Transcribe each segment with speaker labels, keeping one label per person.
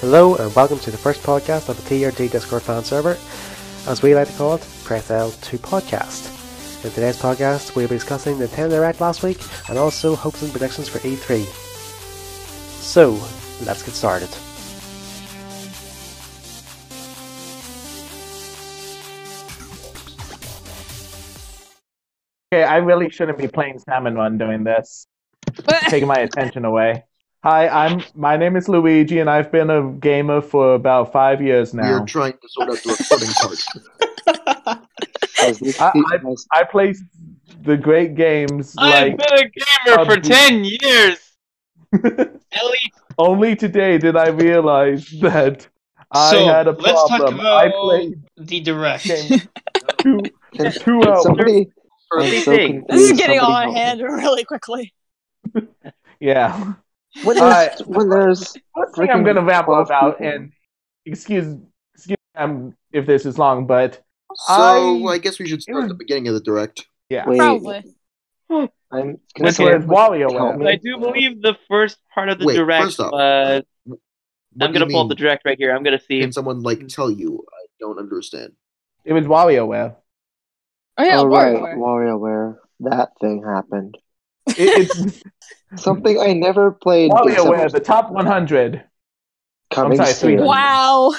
Speaker 1: Hello and welcome to the first podcast of the TRT Discord fan server, as we like to call it, Press L to Podcast. In today's podcast, we'll be discussing the 10 Direct last week and also hopes and predictions for E3. So, let's get started.
Speaker 2: Okay, I really shouldn't be playing Salmon Run doing this. Taking my attention away. Hi, I'm. My name is Luigi, and I've been a gamer for about five years
Speaker 3: we are
Speaker 2: now.
Speaker 3: trying to sort out the recording part.
Speaker 2: I, I, I play the great games
Speaker 4: I've
Speaker 2: like
Speaker 4: been a gamer for
Speaker 2: PUBG.
Speaker 4: 10 years. Ellie,
Speaker 2: only today did I realize that I
Speaker 4: So,
Speaker 2: had a
Speaker 4: let's talk
Speaker 2: problem.
Speaker 4: about-
Speaker 2: I played
Speaker 4: the direct.
Speaker 2: games two,
Speaker 5: Can-
Speaker 2: two
Speaker 5: Can
Speaker 2: hours.
Speaker 5: somebody, I'm so
Speaker 6: Thing.
Speaker 5: confused.
Speaker 7: This is
Speaker 5: Somebody
Speaker 7: getting out
Speaker 5: help
Speaker 7: of
Speaker 5: me.
Speaker 7: hand really quickly.
Speaker 2: Yeah.
Speaker 5: When
Speaker 2: Alright.
Speaker 5: there's, when there's
Speaker 2: One thing I'm
Speaker 5: freaking
Speaker 2: going to ramble
Speaker 5: twelve
Speaker 2: about,
Speaker 5: people.
Speaker 2: and excuse, excuse um, if this is long, but
Speaker 3: So
Speaker 2: I-
Speaker 3: I, guess we should start
Speaker 2: was-
Speaker 3: at the beginning of the direct.
Speaker 2: yeah.
Speaker 5: wait,
Speaker 7: Probably.
Speaker 5: I'm can
Speaker 2: Which was
Speaker 5: someone
Speaker 2: Wario.
Speaker 5: help me?
Speaker 6: I do believe the first part of the
Speaker 3: Wait,
Speaker 6: direct
Speaker 3: first off,
Speaker 6: was.
Speaker 3: What
Speaker 6: I'm
Speaker 3: do you
Speaker 6: gonna pull up the
Speaker 3: mean,
Speaker 6: direct right here. I'm gonna see.
Speaker 3: Can someone like tell you? I don't understand.
Speaker 2: It was WarioWare.
Speaker 7: Oh yeah,
Speaker 5: oh, right,
Speaker 7: WarioWare.
Speaker 5: WarioWare. That thing happened.
Speaker 2: It, it's
Speaker 5: Something I never played.
Speaker 2: WarioWare,
Speaker 5: except
Speaker 2: the top 100.
Speaker 5: coming
Speaker 2: I'm sorry, three.
Speaker 5: soon.
Speaker 7: Wow.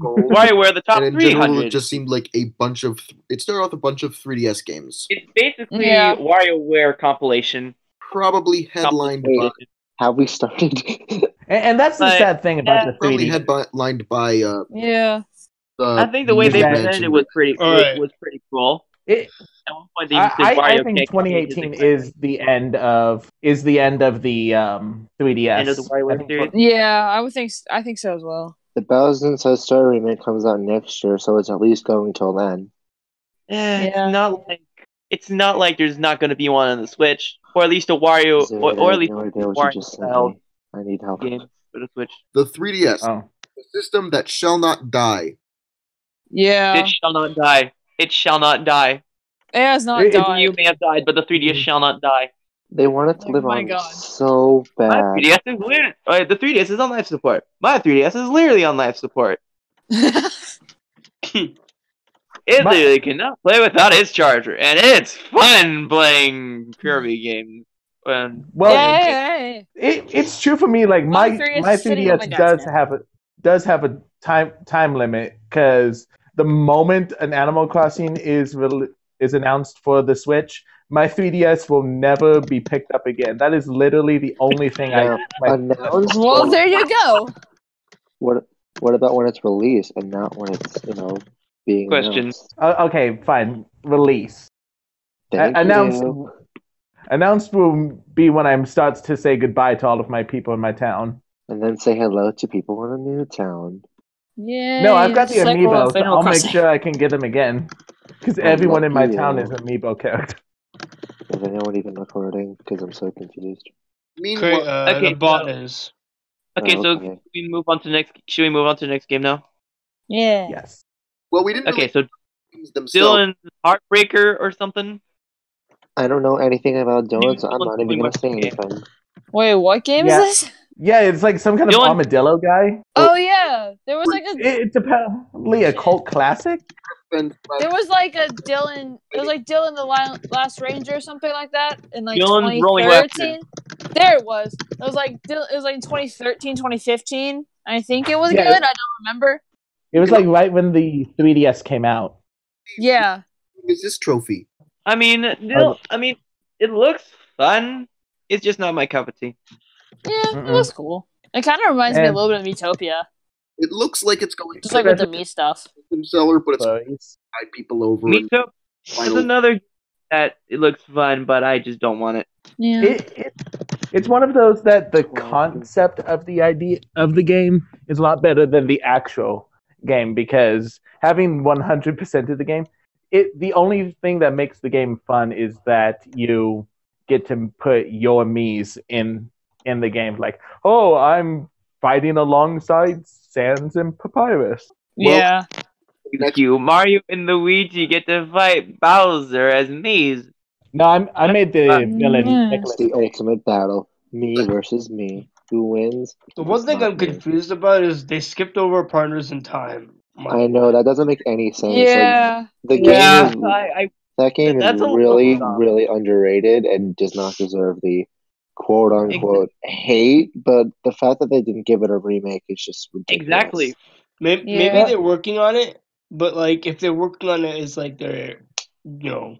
Speaker 6: Why we're the top
Speaker 3: and in general,
Speaker 6: 300?
Speaker 3: it just seemed like a bunch of. Th- it started off a bunch of 3DS games,
Speaker 6: It's basically
Speaker 7: Yeah.
Speaker 6: WarioWare compilation. Uh,
Speaker 3: probably headlined by
Speaker 6: Compilation.
Speaker 5: Have we started?
Speaker 2: And, and that's the
Speaker 6: Like,
Speaker 2: sad thing about the
Speaker 3: probably
Speaker 2: 3D.
Speaker 3: headlined by uh,
Speaker 7: Yeah.
Speaker 3: the.
Speaker 6: I think the way they
Speaker 2: Yeah.
Speaker 6: presented it was pretty
Speaker 4: All right.
Speaker 6: was pretty cool.
Speaker 2: It-
Speaker 6: At one point they
Speaker 2: I,
Speaker 6: used the
Speaker 2: I, I
Speaker 6: Wario
Speaker 2: think
Speaker 6: kick, which
Speaker 2: 2018
Speaker 6: exciting.
Speaker 2: is the end of is the end of the um 3DS.
Speaker 6: End of the WarioWare
Speaker 2: I think
Speaker 6: series?
Speaker 2: tw-
Speaker 7: Yeah, I would think s- I think so as well.
Speaker 5: the Bowser and Side Story remake comes out next year, so it's at least going till then.
Speaker 6: Eh,
Speaker 7: Yeah.
Speaker 6: It's not like it's not like there's not gonna be one on the Switch, or at least a Wario,
Speaker 5: So
Speaker 6: or, or at
Speaker 5: I have
Speaker 6: least
Speaker 5: no idea
Speaker 6: a
Speaker 5: what you
Speaker 6: Wario
Speaker 5: just said.
Speaker 6: style
Speaker 5: I need help.
Speaker 6: game for the Switch.
Speaker 3: the 3DS,
Speaker 2: Oh.
Speaker 3: the system that shall not die.
Speaker 7: Yeah.
Speaker 6: It shall not die. It shall not die.
Speaker 7: yeah, it's not
Speaker 2: It- it-
Speaker 7: dying.
Speaker 6: You may have died, but the 3DS shall not die.
Speaker 5: They wanted to
Speaker 7: Oh
Speaker 5: live
Speaker 7: my
Speaker 5: on
Speaker 7: God.
Speaker 5: so
Speaker 6: My
Speaker 5: bad.
Speaker 6: 3DS is literally uh, the 3DS is on life support. My 3DS is literally on life support. It
Speaker 2: My-
Speaker 6: literally cannot play without its charger, and it's fun playing Kirby games. Um,
Speaker 2: Well,
Speaker 7: yeah, yeah, yeah, yeah.
Speaker 2: It, it's true for me. Like my
Speaker 7: My 3DS is
Speaker 2: my
Speaker 7: sitting on my
Speaker 2: 3DS
Speaker 7: desk
Speaker 2: does
Speaker 7: now.
Speaker 2: have a does have a time time limit because the moment an Animal Crossing is rel is announced for the Switch, my 3DS will never be picked up again. That is literally the only thing I.
Speaker 5: Yeah.
Speaker 2: My,
Speaker 5: Announced
Speaker 7: Well,
Speaker 5: or-
Speaker 7: there you go.
Speaker 5: What What about when it's released and not when it's you know being
Speaker 6: Question.
Speaker 5: announced?
Speaker 2: Uh, okay, fine. Release
Speaker 5: Thank
Speaker 2: A- announced-
Speaker 5: you.
Speaker 2: announced will be when I'm starts to say goodbye to all of my people in my town.
Speaker 5: and then say hello to people in a new town.
Speaker 7: Yeah.
Speaker 2: no, I've got the
Speaker 7: just like World
Speaker 2: amiibo,
Speaker 7: of
Speaker 2: so
Speaker 7: Animal
Speaker 2: I'll make
Speaker 7: Crossing.
Speaker 2: sure I can get them again. Because
Speaker 5: Oh,
Speaker 2: everyone in my
Speaker 5: lucky
Speaker 2: town
Speaker 5: you.
Speaker 2: is an amiibo character.
Speaker 5: Is anyone even recording? Because I'm so confused.
Speaker 3: Meanwhile,
Speaker 4: uh,
Speaker 6: okay,
Speaker 4: the bot
Speaker 6: so-
Speaker 4: is.
Speaker 6: okay,
Speaker 5: Oh,
Speaker 6: so can we move on to the next. Should we move on to the next game now?
Speaker 7: Yeah.
Speaker 2: Yes.
Speaker 3: well, we didn't.
Speaker 6: Okay,
Speaker 3: Really
Speaker 6: so
Speaker 3: games themselves.
Speaker 6: Dylan's Heartbreaker or something.
Speaker 5: I don't know anything about Dylan, so I'm
Speaker 6: someone's
Speaker 5: not even
Speaker 6: doing
Speaker 5: gonna say
Speaker 6: what-
Speaker 5: anything.
Speaker 7: Wait, what game
Speaker 2: Yeah.
Speaker 7: is this?
Speaker 2: Yeah, it's like some kind of
Speaker 6: Dylan-
Speaker 2: armadillo guy.
Speaker 7: Oh yeah, there was like a
Speaker 2: It- It's apparently a cult classic.
Speaker 3: And, uh,
Speaker 7: there was like a Dylan. It was like Dylan the Lion- Last Ranger or something like that in like
Speaker 6: Dylan Rolling
Speaker 7: 2013. There it was. It was like Dylan- it was like 2013, 2015. I think it was
Speaker 2: Yeah.
Speaker 7: good. I don't remember.
Speaker 2: It was like right when the 3DS came out.
Speaker 7: Yeah.
Speaker 3: is this trophy?
Speaker 6: I mean, Dylan, I mean, it looks fun. It's just not my cup of tea.
Speaker 7: Yeah,
Speaker 2: Mm-mm.
Speaker 7: it was cool. It kind of reminds me a
Speaker 2: And-
Speaker 7: little bit of Utopia,
Speaker 3: It looks like it's going
Speaker 7: just like with the me stuff.
Speaker 3: system seller, but it's
Speaker 2: So it's,
Speaker 3: five people over.
Speaker 6: Me
Speaker 3: and
Speaker 6: too. There's
Speaker 3: final-
Speaker 6: another that it looks fun, but I just don't want it.
Speaker 7: Yeah.
Speaker 2: it, it, it's one of those that the concept of the idea of the game is a lot better than the actual game because having 100% of the game, it the only thing that makes the game fun is that you get to put your me's in in the game. Like, oh, I'm fighting alongside Sans and Papyrus.
Speaker 3: Well-
Speaker 7: yeah.
Speaker 3: Next-
Speaker 6: You Mario and Luigi get to fight Bowser as Maze.
Speaker 2: No, I'm, I made the
Speaker 6: Uh,
Speaker 2: villain.
Speaker 7: yeah.
Speaker 2: Nicolas
Speaker 5: It's the
Speaker 2: Cage.
Speaker 5: ultimate battle. Me versus me. who wins.
Speaker 4: The one thing I'm confused about is they skipped over partners in time.
Speaker 5: I know that doesn't make any sense. Like,
Speaker 7: yeah.
Speaker 5: the game
Speaker 6: Yeah.
Speaker 5: is,
Speaker 7: I,
Speaker 5: that game
Speaker 6: That's
Speaker 5: is
Speaker 6: a little
Speaker 5: really,
Speaker 6: dumb.
Speaker 5: really underrated and does not deserve the quote unquote hate. But the fact that they didn't give it a remake is just ridiculous.
Speaker 6: Exactly.
Speaker 4: Maybe,
Speaker 7: Yeah.
Speaker 4: maybe they're working on it, but like if they're working on it, it's like they're, you know,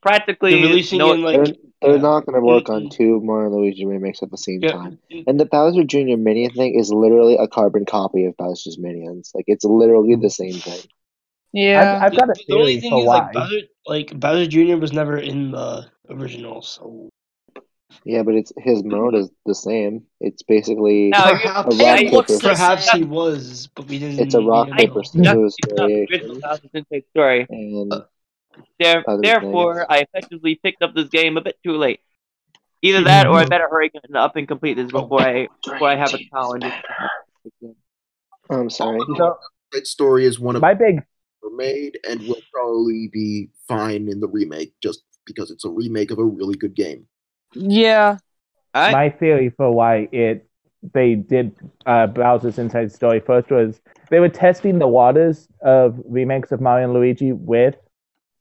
Speaker 6: Practically
Speaker 4: they're releasing
Speaker 6: no,
Speaker 4: in
Speaker 5: They're,
Speaker 4: like
Speaker 5: they're
Speaker 4: yeah.
Speaker 5: not going to work on
Speaker 4: Mhm.
Speaker 5: two Mario and Luigi remakes at the same
Speaker 4: yeah,
Speaker 5: time. And the Bowser Jr. Minion thing is literally a carbon copy of Bowser's Minions. Like it's literally the
Speaker 6: Mm.
Speaker 5: same thing.
Speaker 7: yeah.
Speaker 2: I've, I've got a
Speaker 4: the
Speaker 2: theory
Speaker 4: only thing
Speaker 2: for
Speaker 4: is
Speaker 2: why.
Speaker 4: like Bowser, like Bowser Jr. was never in the original, so
Speaker 5: Yeah, but it's his mode is the same. It's basically
Speaker 6: No, you-
Speaker 5: a
Speaker 3: Perhaps.
Speaker 5: rock
Speaker 6: it
Speaker 5: paper.
Speaker 6: looks the
Speaker 4: perhaps
Speaker 6: same.
Speaker 4: he was, but we didn't.
Speaker 5: It's a rock
Speaker 4: we
Speaker 5: paper
Speaker 4: didn't know.
Speaker 5: scissors
Speaker 6: it's not the original
Speaker 5: variation,
Speaker 6: Thousand Sensei story.
Speaker 5: and
Speaker 6: Uh, There,
Speaker 5: Other
Speaker 6: therefore,
Speaker 5: things.
Speaker 6: I effectively picked up this game a bit too late. Either that, or I better hurry and up and complete this before I before I have a challenge.
Speaker 5: I'm sorry.
Speaker 2: So
Speaker 3: That story is one of
Speaker 2: my big
Speaker 3: were made and will probably be fine in the remake just because it's a remake of a really good game.
Speaker 7: yeah.
Speaker 6: Alright?
Speaker 2: my theory for why it they did uh, Bowser's Inside Story first was they were testing the waters of remakes of Mario and Luigi with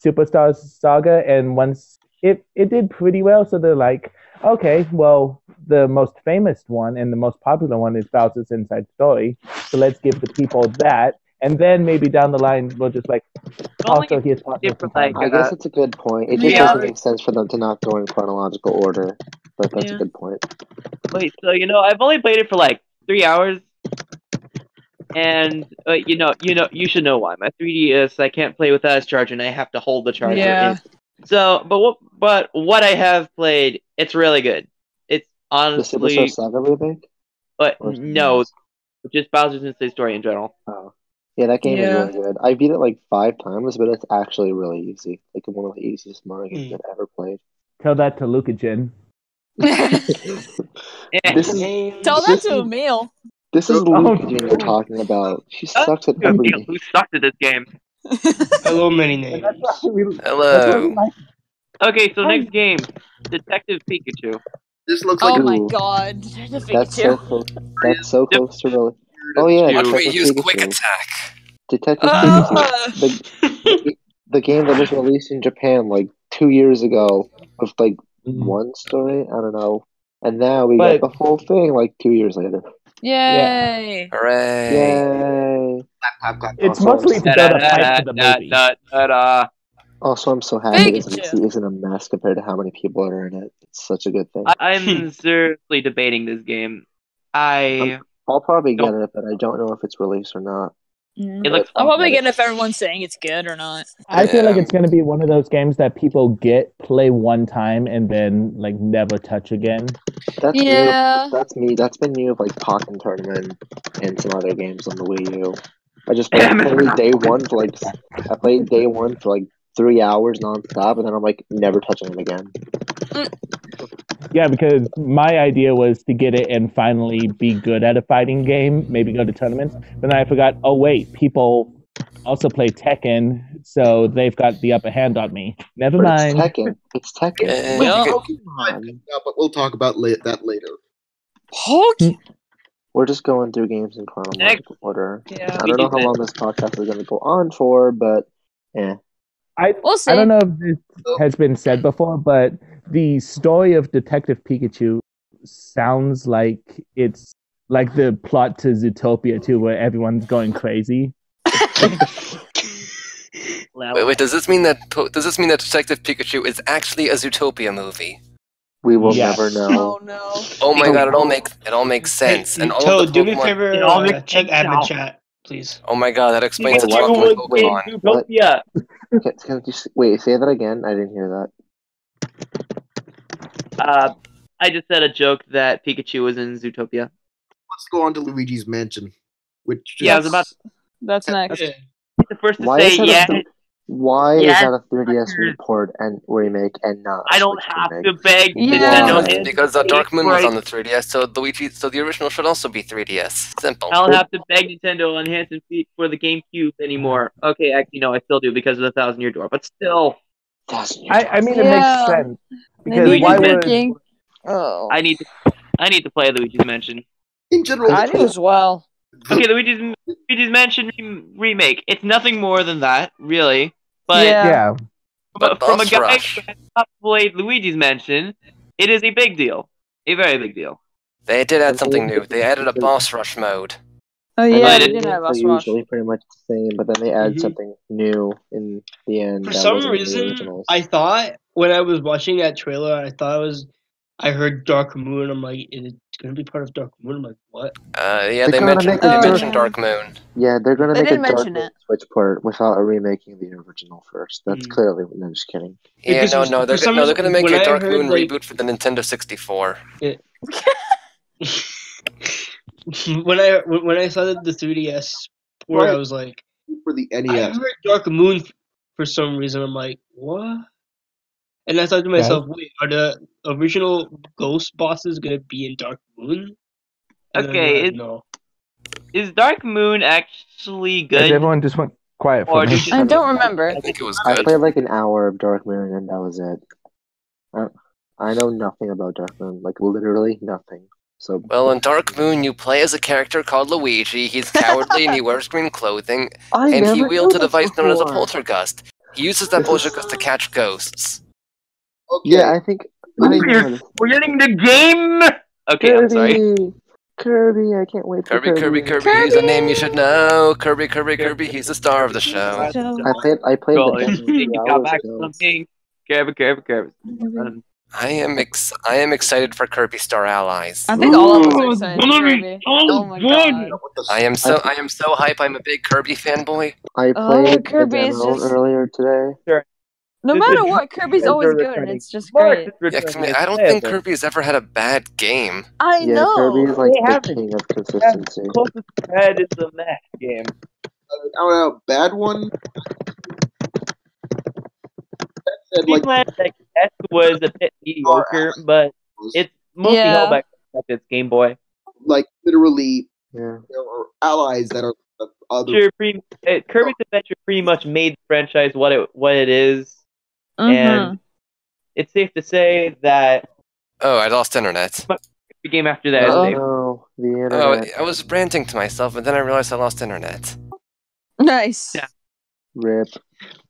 Speaker 2: Superstar Saga, and once it it did pretty well, so they're like, okay, well, the most famous one and the most popular one is Bowser's Inside Story, so let's give the people that, and then maybe down the line we'll just like
Speaker 6: Only
Speaker 2: also here's Partners in
Speaker 6: different,
Speaker 2: Time.
Speaker 6: like-
Speaker 5: I guess it's a good point. It just
Speaker 7: Yeah.
Speaker 5: doesn't make sense for them to not go in chronological order, but that's
Speaker 7: Yeah.
Speaker 5: a good point.
Speaker 6: Wait, so you know, I've only played it for like three hours, and uh, you know, you know, you should know why. My 3DS, I can't play without its charger, and I have to hold the charger.
Speaker 7: Yeah.
Speaker 6: in. So, but what, but what I have played, it's really good. It's
Speaker 5: The Superstar
Speaker 6: honestly,
Speaker 5: Saga remake?
Speaker 6: but
Speaker 5: or-
Speaker 6: no, just Bowser's Inside Story in general.
Speaker 5: Oh. Yeah, that game
Speaker 7: Yeah.
Speaker 5: is really good. I beat it like five times, but it's actually really easy. Like one of the easiest Mario games
Speaker 4: Hmm.
Speaker 5: I've ever played.
Speaker 2: Tell that to Luca Jin.
Speaker 6: Eh,
Speaker 5: This is
Speaker 4: Names-
Speaker 7: Tell that to Emil.
Speaker 5: this is
Speaker 2: Oh,
Speaker 5: Luca Jr.
Speaker 2: no.
Speaker 5: we're talking about. She
Speaker 7: Uh,
Speaker 6: Oh,
Speaker 5: sucks at everything.
Speaker 6: Who sucked at this game?
Speaker 4: Hello, many names.
Speaker 8: Hello.
Speaker 6: Okay, so
Speaker 2: Hi.
Speaker 6: next game, Detective Pikachu.
Speaker 3: This looks
Speaker 7: oh
Speaker 3: like
Speaker 5: Ooh.
Speaker 7: my god. The
Speaker 5: That's so
Speaker 7: Pikachu.
Speaker 5: close. That's so
Speaker 6: Yep.
Speaker 5: close to really. Oh yeah,
Speaker 8: Watch
Speaker 5: Detective
Speaker 8: me use quick
Speaker 5: Pikachu.
Speaker 8: attack.
Speaker 5: Detective Pikachu.
Speaker 7: Ah!
Speaker 5: The, the game that was released in Japan like two years ago with like
Speaker 2: Hmm.
Speaker 5: one story. I don't know. And now we
Speaker 2: But-
Speaker 5: got the full thing like two years later.
Speaker 7: Yay.
Speaker 8: Hooray.
Speaker 5: Yay!
Speaker 3: I've got
Speaker 2: It's
Speaker 5: Also-
Speaker 2: mostly to build a hype for the movie.
Speaker 6: Da-da-da-da-da-da-da.
Speaker 5: Also, I'm so happy this
Speaker 7: Pikachu.
Speaker 5: NC isn't a mess compared to how many people are in it. It's such a good thing.
Speaker 6: I-
Speaker 5: Hmm.
Speaker 6: I'm seriously debating this game. I
Speaker 5: I'll probably get
Speaker 6: Don't-
Speaker 5: it, but I don't know if it's released or not.
Speaker 7: Mm.
Speaker 6: it looks
Speaker 7: I'm probably getting if everyone's saying it's good or not.
Speaker 2: I feel like
Speaker 8: Yeah.
Speaker 2: it's going to be one of those games that people get, play one time, and then like never touch again.
Speaker 5: That's new.
Speaker 7: Yeah.
Speaker 5: That's me. That's been new of like Pokken Tournament and some other games on the Wii U. I just played,
Speaker 6: Damn it.
Speaker 5: played day one for like I played day one for like three hours nonstop, and then I'm like never touching it again.
Speaker 2: Yeah, because my idea was to get it and finally be good at a fighting game, maybe go to tournaments. But then I forgot. Oh wait, people also play Tekken, so they've got the upper hand on me. Never
Speaker 5: But it's
Speaker 2: mind.
Speaker 5: Tekken. It's Tekken.
Speaker 8: Yeah.
Speaker 5: Um,
Speaker 3: Yeah, but we'll talk about la- that later.
Speaker 7: Hulk?
Speaker 5: We're just going through games in chronological order.
Speaker 7: Yeah.
Speaker 5: I don't know how long this podcast is going to go on for, but yeah.
Speaker 7: We'll see.
Speaker 2: I don't know if this
Speaker 5: Oh.
Speaker 2: has been said before, but the story of Detective Pikachu sounds like it's like the plot to Zootopia too, where everyone's going crazy.
Speaker 8: Wait, wait, does this mean that po- does this mean that Detective Pikachu is actually a Zootopia movie?
Speaker 5: We will
Speaker 2: Yes.
Speaker 5: never know.
Speaker 7: Oh no.
Speaker 8: Oh my god, it all makes it all makes sense. And all
Speaker 4: Toad,
Speaker 8: of the
Speaker 4: do me a
Speaker 8: Pokemon-
Speaker 4: favor.
Speaker 6: It all
Speaker 4: Uh,
Speaker 6: makes
Speaker 4: check
Speaker 6: sense now.
Speaker 4: admin chat, please.
Speaker 8: Oh my god, that explains
Speaker 6: Because
Speaker 8: a lot
Speaker 6: everyone
Speaker 8: with
Speaker 6: did
Speaker 8: Pokemon.
Speaker 6: Zootopia.
Speaker 5: Can, can you, s- wait, say that again. I didn't hear that.
Speaker 6: Uh, I just said a joke that Pikachu was in Zootopia.
Speaker 3: Let's go on to Luigi's Mansion, which
Speaker 6: Yeah, I was
Speaker 3: is-
Speaker 6: about
Speaker 7: That's next.
Speaker 4: Yeah.
Speaker 6: The first to
Speaker 5: Why
Speaker 6: say,
Speaker 5: is that a
Speaker 6: yeah,
Speaker 5: th- Why
Speaker 6: Yes,
Speaker 5: is that a 3DS
Speaker 6: fuckers.
Speaker 5: report and remake and not? a
Speaker 6: I don't
Speaker 5: Switch
Speaker 6: have
Speaker 5: remake?
Speaker 6: to beg
Speaker 7: Yeah.
Speaker 6: Nintendo.
Speaker 5: Why?
Speaker 6: hands.
Speaker 8: Because uh, Dark Moon was
Speaker 6: Right.
Speaker 8: on the 3DS, so Luigi, so the original should also be 3DS. Simple.
Speaker 6: I don't have to beg Nintendo on hands and feet for the GameCube anymore. Okay, actually, no, I still do because of the Thousand Year Door, but still,
Speaker 5: Thousand years
Speaker 2: I, I mean,
Speaker 7: Yeah.
Speaker 2: it makes sense
Speaker 7: Maybe
Speaker 2: because why
Speaker 7: you're
Speaker 2: would
Speaker 7: thinking- Oh.
Speaker 6: I need to I need to play Luigi's Mansion.
Speaker 3: In general,
Speaker 7: I
Speaker 3: the-
Speaker 7: do as well.
Speaker 6: Okay, Luigi's Luigi's Mansion re- remake. It's nothing more than that, really. But
Speaker 7: Yeah.
Speaker 2: Yeah.
Speaker 6: but
Speaker 8: But
Speaker 6: from a
Speaker 8: Boss
Speaker 6: guy
Speaker 8: Rush.
Speaker 6: who has not played Luigi's Mansion, it is a big deal, a very big deal.
Speaker 8: They did add something new. They added a boss rush mode.
Speaker 7: Oh yeah,
Speaker 6: But
Speaker 7: they
Speaker 6: it-
Speaker 7: didn't have
Speaker 5: They're
Speaker 7: us watch.
Speaker 5: usually pretty much the same, but then they add
Speaker 4: Mhm.
Speaker 5: something new in the end.
Speaker 4: For
Speaker 5: that
Speaker 4: some
Speaker 5: wasn't in the
Speaker 4: reason,
Speaker 5: originals.
Speaker 4: I thought when I was watching that trailer, I thought it was. I heard Dark Moon. I'm like, is it gonna be part of Dark Moon? I'm like, what?
Speaker 8: Uh, yeah,
Speaker 5: They're
Speaker 8: they
Speaker 5: gonna
Speaker 8: mentioned,
Speaker 5: make
Speaker 8: they
Speaker 7: a-
Speaker 8: mentioned
Speaker 7: Oh,
Speaker 8: Dark Moon.
Speaker 5: yeah, they're gonna
Speaker 7: They
Speaker 5: make a
Speaker 7: didn't
Speaker 5: Dark
Speaker 7: mention
Speaker 5: Moon
Speaker 7: it.
Speaker 5: Switch port without remaking the original first. That's
Speaker 4: Mm.
Speaker 5: clearly no, just kidding.
Speaker 8: Yeah,
Speaker 4: Because
Speaker 8: no,
Speaker 4: for-
Speaker 8: no,
Speaker 4: for
Speaker 8: they're,
Speaker 4: some
Speaker 8: no,
Speaker 4: reason-
Speaker 8: they're gonna make
Speaker 4: when
Speaker 8: a
Speaker 4: I
Speaker 8: Dark
Speaker 4: heard,
Speaker 8: Moon
Speaker 4: like-
Speaker 8: reboot for the Nintendo 64.
Speaker 4: when I when when I saw the, the 3DS port, I
Speaker 3: Right.
Speaker 4: was like,
Speaker 3: for the E
Speaker 4: I
Speaker 3: NES,
Speaker 4: heard Dark Moon f- for some reason. I'm like, what? And I thought to myself, wait, are the original ghost bosses gonna be in Dark Moon? And then I
Speaker 6: Okay,
Speaker 4: realized
Speaker 6: it-
Speaker 4: no.
Speaker 6: Is Dark Moon actually
Speaker 2: Guys,
Speaker 6: good?
Speaker 2: everyone just went quiet for
Speaker 6: Or
Speaker 2: a
Speaker 6: did
Speaker 2: minute.
Speaker 6: you-
Speaker 7: I don't remember.
Speaker 8: I think it was
Speaker 5: I
Speaker 8: good.
Speaker 5: played like an hour of Dark Moon and that was it. I, I know nothing about Dark Moon, like literally nothing. So
Speaker 8: Well, in Dark Moon, you play as a character called Luigi. He's cowardly and he wears green clothing,
Speaker 5: I
Speaker 8: and he
Speaker 5: never
Speaker 8: wields
Speaker 5: knew
Speaker 8: a
Speaker 5: this
Speaker 8: device known as a
Speaker 5: before.
Speaker 8: poltergust. He uses that
Speaker 5: This is-
Speaker 8: poltergust to catch ghosts.
Speaker 3: okay,
Speaker 5: Yeah, I think I didn't know this.
Speaker 6: We're getting the game. Okay, I'm sorry.
Speaker 5: Kirby, Kirby, I can't wait for
Speaker 8: Kirby, Kirby, Kirby, he's a name you should know. Kirby, Kirby, Kirby, he's the star of the show.
Speaker 5: I played. I played
Speaker 6: Well,
Speaker 5: the
Speaker 6: I
Speaker 5: game
Speaker 6: think you
Speaker 5: two
Speaker 6: got
Speaker 5: hours
Speaker 6: back
Speaker 5: ago.
Speaker 6: something. Kirby, Kirby, Kirby. Um,
Speaker 8: I am ex- I am excited for Kirby Star Allies.
Speaker 7: I think all of us
Speaker 6: Ooh,
Speaker 7: are excited. for
Speaker 6: Kirby.
Speaker 7: Kirby.
Speaker 6: Oh,
Speaker 7: Oh my
Speaker 6: good.
Speaker 7: god.
Speaker 3: what the-
Speaker 8: I am so I am so hype. I'm a big Kirby fanboy.
Speaker 5: I
Speaker 7: Oh,
Speaker 5: played the
Speaker 7: Kirby is
Speaker 5: demo
Speaker 7: just-
Speaker 5: earlier today.
Speaker 7: No
Speaker 6: It's
Speaker 7: matter
Speaker 6: a-
Speaker 7: what, Kirby's
Speaker 6: They're
Speaker 7: always good, and
Speaker 6: returning.
Speaker 7: it's just
Speaker 6: Mark
Speaker 7: great.
Speaker 6: is returning
Speaker 8: Yeah, 'cause I, mean,
Speaker 6: as
Speaker 8: I don't think
Speaker 6: playable.
Speaker 8: Kirby has ever had a bad game.
Speaker 7: I
Speaker 5: yeah, Kirby
Speaker 7: know.
Speaker 5: is like
Speaker 6: They
Speaker 5: the
Speaker 6: haven't.
Speaker 5: king of consistency.
Speaker 6: Closest head is the next game.
Speaker 3: I don't know, bad one. That said, like,
Speaker 6: Dreamland like, S was a bit mediocre, but it's mostly
Speaker 7: Yeah.
Speaker 6: held by its Game Boy.
Speaker 3: like literally,
Speaker 5: Yeah,
Speaker 3: there are allies that are of other.
Speaker 6: Sure, pretty- uh, Kirby's Adventure pretty much made the franchise what it what it is,
Speaker 7: Mhm.
Speaker 6: and it's safe to say that
Speaker 8: Oh, I lost internet.
Speaker 6: the game after that is
Speaker 8: Uh,
Speaker 7: Uh-oh.
Speaker 6: safe.
Speaker 5: no, the
Speaker 8: Oh,
Speaker 5: internet
Speaker 8: I was ranting to myself, and then I realized I lost internet.
Speaker 7: Nice.
Speaker 6: Yeah.
Speaker 5: rip.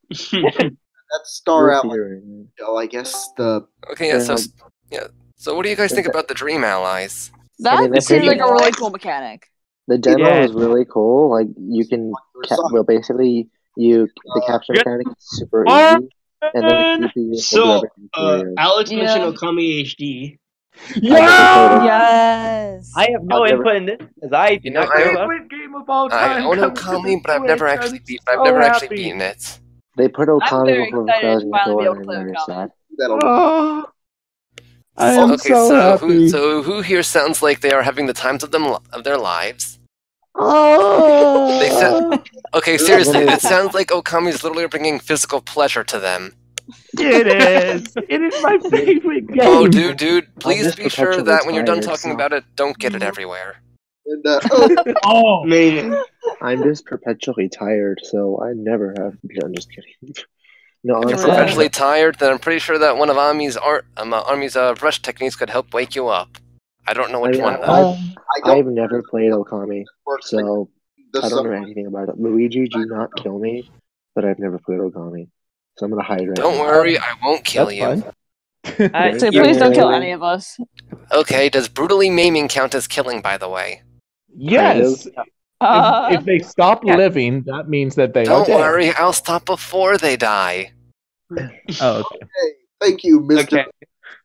Speaker 3: That's Star
Speaker 5: Rip
Speaker 3: Ally.
Speaker 5: your internet.
Speaker 3: though, I guess the
Speaker 8: Okay, yeah. So
Speaker 5: Yeah.
Speaker 8: yeah. So what do you guys think about the Dream Allies?
Speaker 7: That
Speaker 5: I mean, that's
Speaker 7: seems
Speaker 5: pretty
Speaker 7: like a really cool mechanic.
Speaker 5: The demo
Speaker 6: Yeah.
Speaker 5: is really cool. Like you can, cap-
Speaker 3: Sonic.
Speaker 5: well, basically you the
Speaker 3: Uh,
Speaker 5: capture
Speaker 6: Good.
Speaker 5: mechanic is super
Speaker 6: Oh,
Speaker 5: easy, and then the CPU is
Speaker 4: So,
Speaker 5: everything
Speaker 4: Uh,
Speaker 5: for you.
Speaker 4: Alex
Speaker 7: Yeah.
Speaker 4: mentioned Okami HD.
Speaker 5: Yeah!
Speaker 7: Yes.
Speaker 6: I have no
Speaker 5: I've
Speaker 6: input
Speaker 5: never-
Speaker 6: in this because I do
Speaker 8: You know,
Speaker 6: not
Speaker 8: I-
Speaker 6: care about.
Speaker 2: game of all
Speaker 8: I own Okami, but I've never actually beat. I've
Speaker 2: so
Speaker 8: never
Speaker 2: happy.
Speaker 8: actually beaten it.
Speaker 5: They put Okami
Speaker 7: very
Speaker 5: before
Speaker 7: excited to
Speaker 5: Bowser's
Speaker 7: finally
Speaker 5: door,
Speaker 7: be able to
Speaker 5: and
Speaker 7: play
Speaker 5: very
Speaker 7: Okami.
Speaker 5: sad.
Speaker 3: That'll
Speaker 2: Oh, I am
Speaker 8: okay,
Speaker 2: so,
Speaker 8: so
Speaker 2: happy.
Speaker 8: who so who here sounds like they are having the times of them of their lives?
Speaker 2: oh,
Speaker 8: They said- Okay, seriously,
Speaker 5: Yeah.
Speaker 8: it sounds like Okami is literally bringing physical pleasure to them.
Speaker 2: it is. It is my favorite game.
Speaker 8: Oh, dude, dude, please
Speaker 5: just
Speaker 8: be sure
Speaker 5: perpetually
Speaker 8: that when you're done
Speaker 5: tired,
Speaker 8: talking
Speaker 5: so-
Speaker 8: about it, don't get
Speaker 2: Mm-hmm.
Speaker 8: it everywhere.
Speaker 3: and, uh, oh,
Speaker 4: I
Speaker 2: Oh,
Speaker 4: mean,
Speaker 5: I'm just perpetually tired, so I never have. I'm just kidding. No,
Speaker 8: If
Speaker 5: honestly,
Speaker 8: you're
Speaker 7: Yeah.
Speaker 8: perpetually tired, then I'm pretty sure that one of Ami's art, um, uh, Army's uh, brush techniques could help wake you up. I don't know
Speaker 5: I
Speaker 8: which
Speaker 5: mean,
Speaker 8: one
Speaker 5: I-
Speaker 8: though.
Speaker 3: I don't
Speaker 5: I've never played Okami,
Speaker 3: work like
Speaker 5: so
Speaker 3: the
Speaker 5: I don't know
Speaker 3: summer.
Speaker 5: anything about it. Luigi, do not kill me, but I've never played Okami, so I'm gonna hide right
Speaker 8: Don't
Speaker 5: now.
Speaker 8: worry, I won't kill
Speaker 2: that's fine.
Speaker 8: you.
Speaker 6: I,
Speaker 7: So
Speaker 5: Yeah.
Speaker 7: please don't kill any of us.
Speaker 8: Okay, does brutally maiming count as killing? By the way,
Speaker 2: Yes. If-
Speaker 7: Uh,
Speaker 2: if, they stop
Speaker 6: yeah.
Speaker 2: living, that means that they are
Speaker 8: don't
Speaker 2: dead.
Speaker 8: worry, I'll stop before they die.
Speaker 2: Oh, okay.
Speaker 3: Hey, thank you, Mister
Speaker 6: okay.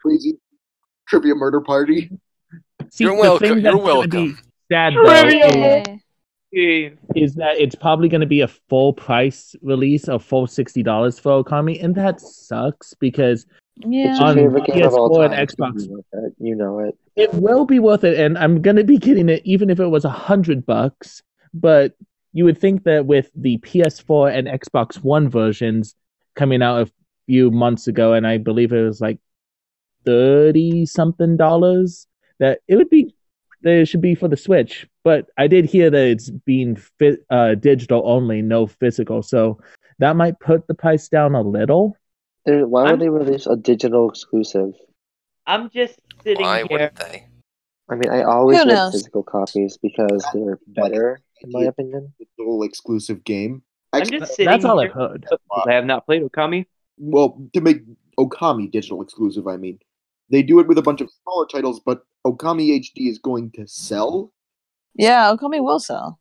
Speaker 3: Crazy Trivia Murder Party.
Speaker 2: See,
Speaker 8: You're
Speaker 2: the
Speaker 8: welcome,
Speaker 2: thing
Speaker 8: you're
Speaker 2: that's gonna be
Speaker 8: welcome.
Speaker 2: Sad though,
Speaker 7: yay.
Speaker 2: is, is that it's probably going to be a full price release, a full sixty dollars for Okami, and that sucks because
Speaker 5: It's
Speaker 7: Yeah.
Speaker 5: your
Speaker 2: on
Speaker 5: favorite game of all
Speaker 2: PS4 and
Speaker 5: time.
Speaker 2: Xbox.
Speaker 5: You know it. You know it.
Speaker 2: it will be worth it, and I'm going to be getting it even if it was a hundred bucks. But you would think that with the PS4 and Xbox One versions coming out a few months ago, and I believe it was like thirty something dollars, that it would be that it should be for the Switch. But I did hear that it's being fi- uh, digital only, no physical, so that might put the price down a little.
Speaker 5: There, why
Speaker 6: I'm-
Speaker 5: would they release a digital exclusive?
Speaker 6: I'm just sitting
Speaker 8: Why
Speaker 6: here
Speaker 8: wouldn't they?
Speaker 5: I mean, I always
Speaker 7: Who
Speaker 5: get
Speaker 7: knows?
Speaker 5: physical copies because they're better, in my opinion.
Speaker 3: digital exclusive game.
Speaker 6: I'm
Speaker 3: Actually,
Speaker 6: just sitting
Speaker 2: That's all I've
Speaker 6: here.
Speaker 2: heard.
Speaker 6: I have not played Okami.
Speaker 3: well, to make Okami digital exclusive, I mean, they do it with a bunch of smaller titles, but Okami HD is going to sell
Speaker 7: Yeah, Okami will sell.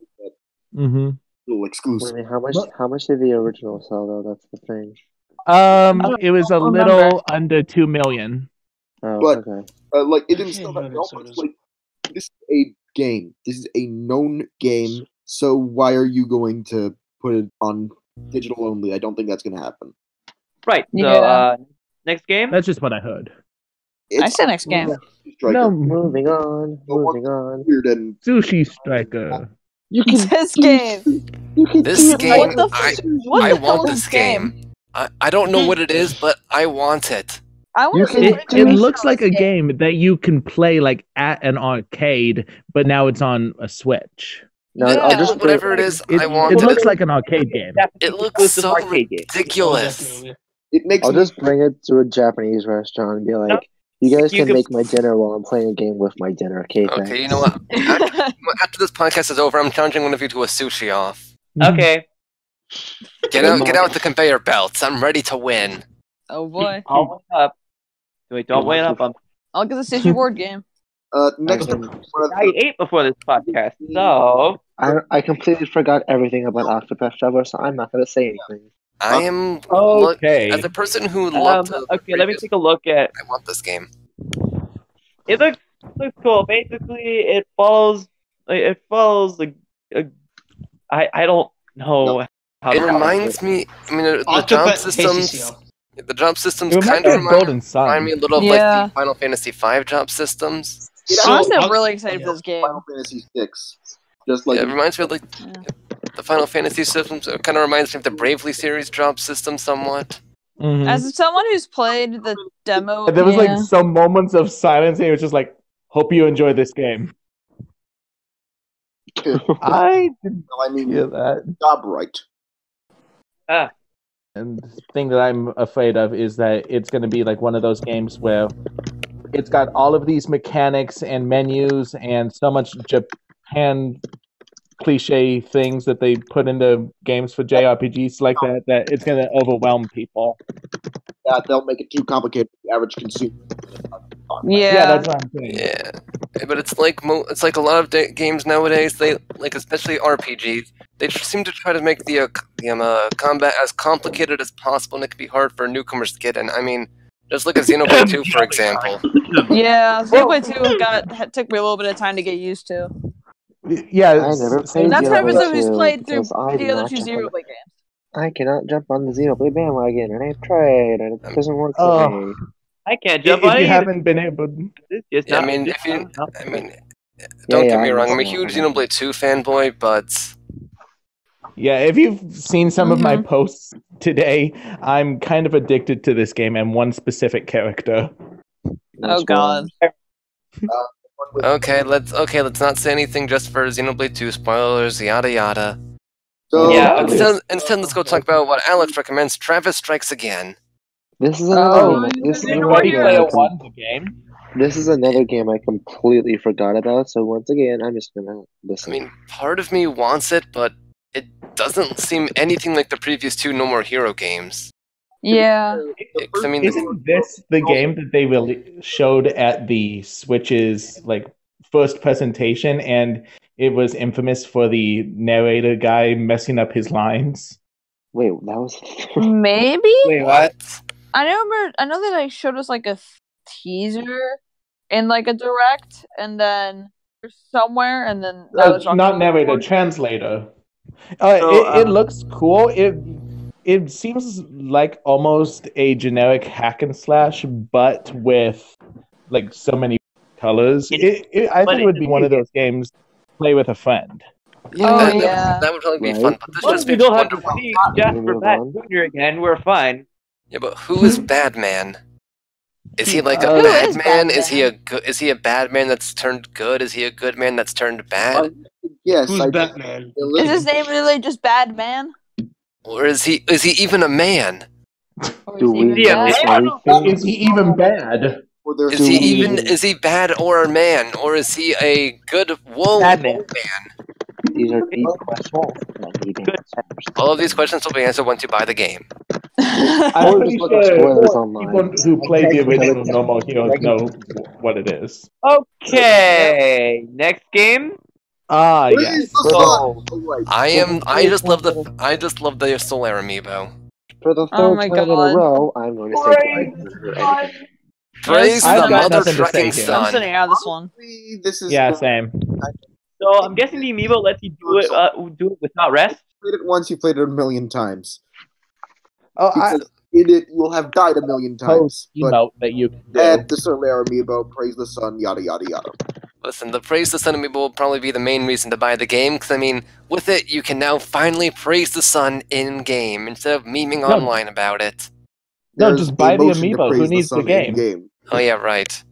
Speaker 2: Mm-hmm.
Speaker 3: digital
Speaker 5: I
Speaker 3: exclusive.
Speaker 5: mean, how much?
Speaker 2: Well-
Speaker 5: How much did the original sell though? That's the thing.
Speaker 2: Um, it was a
Speaker 7: don't
Speaker 2: little
Speaker 7: remember.
Speaker 2: under two million.
Speaker 5: Oh,
Speaker 3: But-
Speaker 5: okay.
Speaker 3: Uh, like it didn't
Speaker 4: Okay,
Speaker 3: sell
Speaker 4: no,
Speaker 3: that
Speaker 4: no,
Speaker 3: well,
Speaker 4: so
Speaker 3: but it's
Speaker 4: does-
Speaker 3: like this is a game. This is a known game. So why are you going to put it on digital only? I don't think that's going to happen.
Speaker 6: Right. So
Speaker 7: Yeah.
Speaker 6: uh, next game.
Speaker 2: That's just what I heard.
Speaker 7: I said next game.
Speaker 3: Striker.
Speaker 2: No,
Speaker 5: Moving on.
Speaker 3: Well, what-
Speaker 5: Moving on.
Speaker 3: Weird and
Speaker 2: Sushi Striker.
Speaker 5: You
Speaker 7: this game.
Speaker 8: This game,
Speaker 7: What the?
Speaker 8: I,
Speaker 7: f- what
Speaker 8: I
Speaker 7: the hell
Speaker 8: want
Speaker 7: is
Speaker 8: this game. I, I don't know what it is, but I want it.
Speaker 7: I
Speaker 5: You
Speaker 7: want to
Speaker 5: can-
Speaker 2: Oh,
Speaker 7: see
Speaker 2: It,
Speaker 7: what
Speaker 2: it
Speaker 7: information
Speaker 2: looks
Speaker 7: on
Speaker 2: like
Speaker 7: this
Speaker 2: a game that you can play like at an arcade, but now it's on a Switch.
Speaker 5: No,
Speaker 8: Yeah,
Speaker 5: I'll just
Speaker 8: whatever it is,
Speaker 2: It,
Speaker 8: I
Speaker 2: it
Speaker 8: want
Speaker 2: looks
Speaker 8: it.
Speaker 2: like an arcade game.
Speaker 8: It looks
Speaker 6: Exclusive
Speaker 8: so
Speaker 6: arcade game.
Speaker 8: ridiculous.
Speaker 3: it makes
Speaker 5: I'll
Speaker 3: me
Speaker 5: just bring it to a Japanese restaurant and be like, "You guys
Speaker 6: You
Speaker 5: can
Speaker 6: can-
Speaker 5: make my dinner while I'm playing a game with my dinner." Okay, thanks.
Speaker 8: Okay, you know what?
Speaker 7: game.
Speaker 8: After this podcast is over, I'm challenging one of you to a sushi off.
Speaker 6: Okay.
Speaker 8: Get out, get out the conveyor belts. I'm ready to win.
Speaker 7: oh boy,
Speaker 6: I'll wait up. Wait, don't wait up. I'm,
Speaker 7: I'll get the sushi board game.
Speaker 3: uh, next.
Speaker 5: Okay.
Speaker 3: up, one of
Speaker 6: I
Speaker 3: the-
Speaker 6: ate before this podcast, so
Speaker 5: I I completely forgot everything about Octopath Traveler, so I'm not gonna say anything.
Speaker 8: I am look,
Speaker 2: Okay.
Speaker 8: as a person who
Speaker 6: um,
Speaker 8: loved. the
Speaker 6: okay. Let me
Speaker 8: previous-
Speaker 6: take a look at.
Speaker 8: I want this game.
Speaker 6: It looks looks cool. Basically, it follows. like, It follows the. A, I I don't know. How
Speaker 8: It
Speaker 6: to-
Speaker 8: reminds me. I mean, the jump
Speaker 4: Octopath
Speaker 8: systems.
Speaker 4: systems.
Speaker 8: The jump systems
Speaker 2: It reminds
Speaker 8: kind of
Speaker 2: me of
Speaker 8: remind,
Speaker 2: Golden Sun.
Speaker 8: remind me a little of
Speaker 7: Yeah.
Speaker 8: like the Final Fantasy V jump systems.
Speaker 7: Honestly,
Speaker 4: I'll-
Speaker 7: I'm really excited for this game.
Speaker 3: Final Fantasy Six. Just like
Speaker 8: yeah, it reminds me of like
Speaker 7: Yeah.
Speaker 8: the Final Fantasy systems. It kind of reminds me of the Bravely series jump system somewhat.
Speaker 2: Mhm.
Speaker 7: As someone who's played the demo,
Speaker 2: there was
Speaker 7: yeah.
Speaker 2: like some moments of silence, and it was just like, "Hope you enjoy this game." I didn't
Speaker 3: no, I mean,
Speaker 2: hear that,
Speaker 3: job right.
Speaker 2: and the thing that I'm afraid of is that it's going to be like one of those games where it's got all of these mechanics and menus and so much Japan cliche things that they put into games for JRPGs like that that it's going to overwhelm people.
Speaker 3: Yeah, they'll make it too complicated for the average consumer.
Speaker 7: yeah,
Speaker 2: that's what I'm saying.
Speaker 8: Yeah, but it's like mo- it's like a lot of da- games nowadays. They like especially RPGs. They tr- seem to try to make the uh, c- the um, uh, combat as complicated as possible, and it can be hard for newcomers to get in. I mean, just look at Xenoblade Two for example.
Speaker 7: yeah. Subway Two got ha- took me a little bit of time to get used to.
Speaker 2: Yeah,
Speaker 5: I never
Speaker 2: so-
Speaker 5: played
Speaker 7: That's
Speaker 5: the other
Speaker 7: for everyone who's
Speaker 5: two
Speaker 7: played through
Speaker 5: because I
Speaker 7: the
Speaker 5: do
Speaker 7: other
Speaker 5: not
Speaker 7: two
Speaker 5: jump on
Speaker 7: Xenoblade games.
Speaker 5: I cannot jump on the Xenoblade bandwagon, and I've tried, and
Speaker 8: Um,
Speaker 5: it doesn't work for
Speaker 2: Oh.
Speaker 5: me.
Speaker 6: I can't jump on
Speaker 2: If
Speaker 6: it.
Speaker 2: you
Speaker 6: either.
Speaker 2: haven't been able,
Speaker 6: It's just
Speaker 8: Yeah, I
Speaker 6: not-
Speaker 8: mean,
Speaker 6: it's
Speaker 8: if you-
Speaker 6: not-
Speaker 8: I mean, don't
Speaker 5: yeah,
Speaker 8: get me
Speaker 5: I
Speaker 8: wrong. I'm a
Speaker 5: know,
Speaker 8: huge
Speaker 5: I know.
Speaker 8: Xenoblade Two fanboy, but
Speaker 2: Yeah, if you've seen some of
Speaker 7: Mm-hmm.
Speaker 2: my posts today, I'm kind of addicted to this game and one specific character.
Speaker 7: Oh
Speaker 5: Which
Speaker 7: god.
Speaker 5: one?
Speaker 8: Oh, okay, let's okay, let's not say anything just for Xenoblade Two spoilers. Yada yada.
Speaker 3: So, uh,
Speaker 6: Yeah.
Speaker 8: Instead, instead, let's go talk about what Alex recommends. Travis Strikes Again.
Speaker 5: This is another.
Speaker 2: Oh,
Speaker 5: this, is
Speaker 7: there's
Speaker 5: another
Speaker 7: no
Speaker 5: game
Speaker 7: idea.
Speaker 5: I
Speaker 6: Multiplayer
Speaker 5: com-
Speaker 6: one's a game.
Speaker 5: this is another game I completely forgot about. So once again, I'm just gonna
Speaker 8: I
Speaker 5: listen.
Speaker 8: mean, part of me wants it, but it doesn't seem anything like the previous two No More Hero games.
Speaker 7: Yeah.
Speaker 8: It- 'cause I mean, the,
Speaker 2: Isn't this the game that they really showed at the Switch's like first presentation and it was infamous for the narrator guy messing up his lines?
Speaker 5: Wait, that was.
Speaker 7: Maybe.
Speaker 6: Wait,
Speaker 8: what?
Speaker 7: I remember. I know they like showed us like a teaser in like a direct, and then somewhere, and then that was
Speaker 2: Uh, not narrator, translator. Uh,
Speaker 6: So,
Speaker 2: it, it
Speaker 6: uh,
Speaker 2: looks cool. It it seems like almost a generic hack and slash, but with like so many colors.
Speaker 6: It-
Speaker 2: It, it, I
Speaker 6: but
Speaker 2: think it would
Speaker 6: it-
Speaker 2: be one of those games play with a friend.
Speaker 8: Yeah,
Speaker 7: Oh,
Speaker 8: that, that-
Speaker 7: yeah.
Speaker 8: that would probably be
Speaker 5: Right.
Speaker 8: fun. But this
Speaker 6: Well,
Speaker 8: just
Speaker 6: we
Speaker 8: makes
Speaker 6: don't
Speaker 8: me
Speaker 6: have to
Speaker 8: wonder. Well,
Speaker 6: see
Speaker 5: Can
Speaker 6: Jasper
Speaker 5: we move
Speaker 6: Bat
Speaker 5: on?
Speaker 6: Jr. again. We're fine.
Speaker 8: yeah, but who is Badman? Is he like a
Speaker 2: Who
Speaker 8: bad
Speaker 7: is
Speaker 8: man? Is
Speaker 7: Batman?
Speaker 8: he a good? Is he a bad man that's turned good? Is he a good man that's turned bad?
Speaker 3: yes,
Speaker 4: Who's
Speaker 3: I,
Speaker 4: Batman?
Speaker 7: Is his name really just Bad Man?
Speaker 8: Or is he is he even a man?
Speaker 7: Or
Speaker 5: Do
Speaker 7: is
Speaker 5: we
Speaker 7: he really
Speaker 6: Yeah,
Speaker 7: bad?
Speaker 5: know
Speaker 6: yeah, I don't
Speaker 5: anything?
Speaker 2: Is he e-, even bad?
Speaker 3: for they're
Speaker 8: Is he
Speaker 3: doing.
Speaker 8: even is he bad or a man or is he a good wolf
Speaker 6: Bad
Speaker 8: man?
Speaker 6: man.
Speaker 5: These are deep questions. and I need answers.
Speaker 8: All of these questions will be answered once you buy the game.
Speaker 2: I'm
Speaker 5: Or
Speaker 2: pretty
Speaker 5: just look up
Speaker 2: sure
Speaker 5: spoilers online.
Speaker 2: People who played the original normal heroes know what it is.
Speaker 6: Okay, next game.
Speaker 2: Ah,
Speaker 3: Where
Speaker 2: yes.
Speaker 3: is the
Speaker 6: Oh.
Speaker 3: sun? Like,
Speaker 8: I am I just love the I just love the Solar Amiibo.
Speaker 5: For the
Speaker 7: Oh
Speaker 5: third
Speaker 7: my
Speaker 5: time in
Speaker 7: God.
Speaker 5: a row, I'm going to say
Speaker 6: Praise
Speaker 5: Black
Speaker 8: Praise
Speaker 7: I've
Speaker 8: the
Speaker 7: got
Speaker 8: mother
Speaker 2: nothing to say
Speaker 8: trucking
Speaker 2: here.
Speaker 7: I'm
Speaker 8: son.
Speaker 7: sitting out of this one.
Speaker 3: honestly, this is
Speaker 2: Yeah,
Speaker 3: the-
Speaker 2: same.
Speaker 6: So I'm guessing the amiibo lets you do it. Uh, do it without rest.
Speaker 3: played it once, you played it a million times.
Speaker 2: Oh, I,
Speaker 3: Because in it, you will have died a million times.
Speaker 2: you
Speaker 3: But
Speaker 2: know that you can do.
Speaker 3: add the Solaire amiibo, praise the sun, yada yada yada.
Speaker 8: Listen, the Praise the Sun Amiibo will probably be the main reason to buy the game because I mean, with it you can now finally praise the sun in game instead of memeing
Speaker 2: No.
Speaker 8: online about it.
Speaker 2: No,
Speaker 3: There's
Speaker 2: just buy the
Speaker 3: motion to
Speaker 2: amiibo. Who
Speaker 3: praise
Speaker 2: needs the
Speaker 3: sun
Speaker 2: game?
Speaker 3: in-game.
Speaker 8: Oh yeah, right.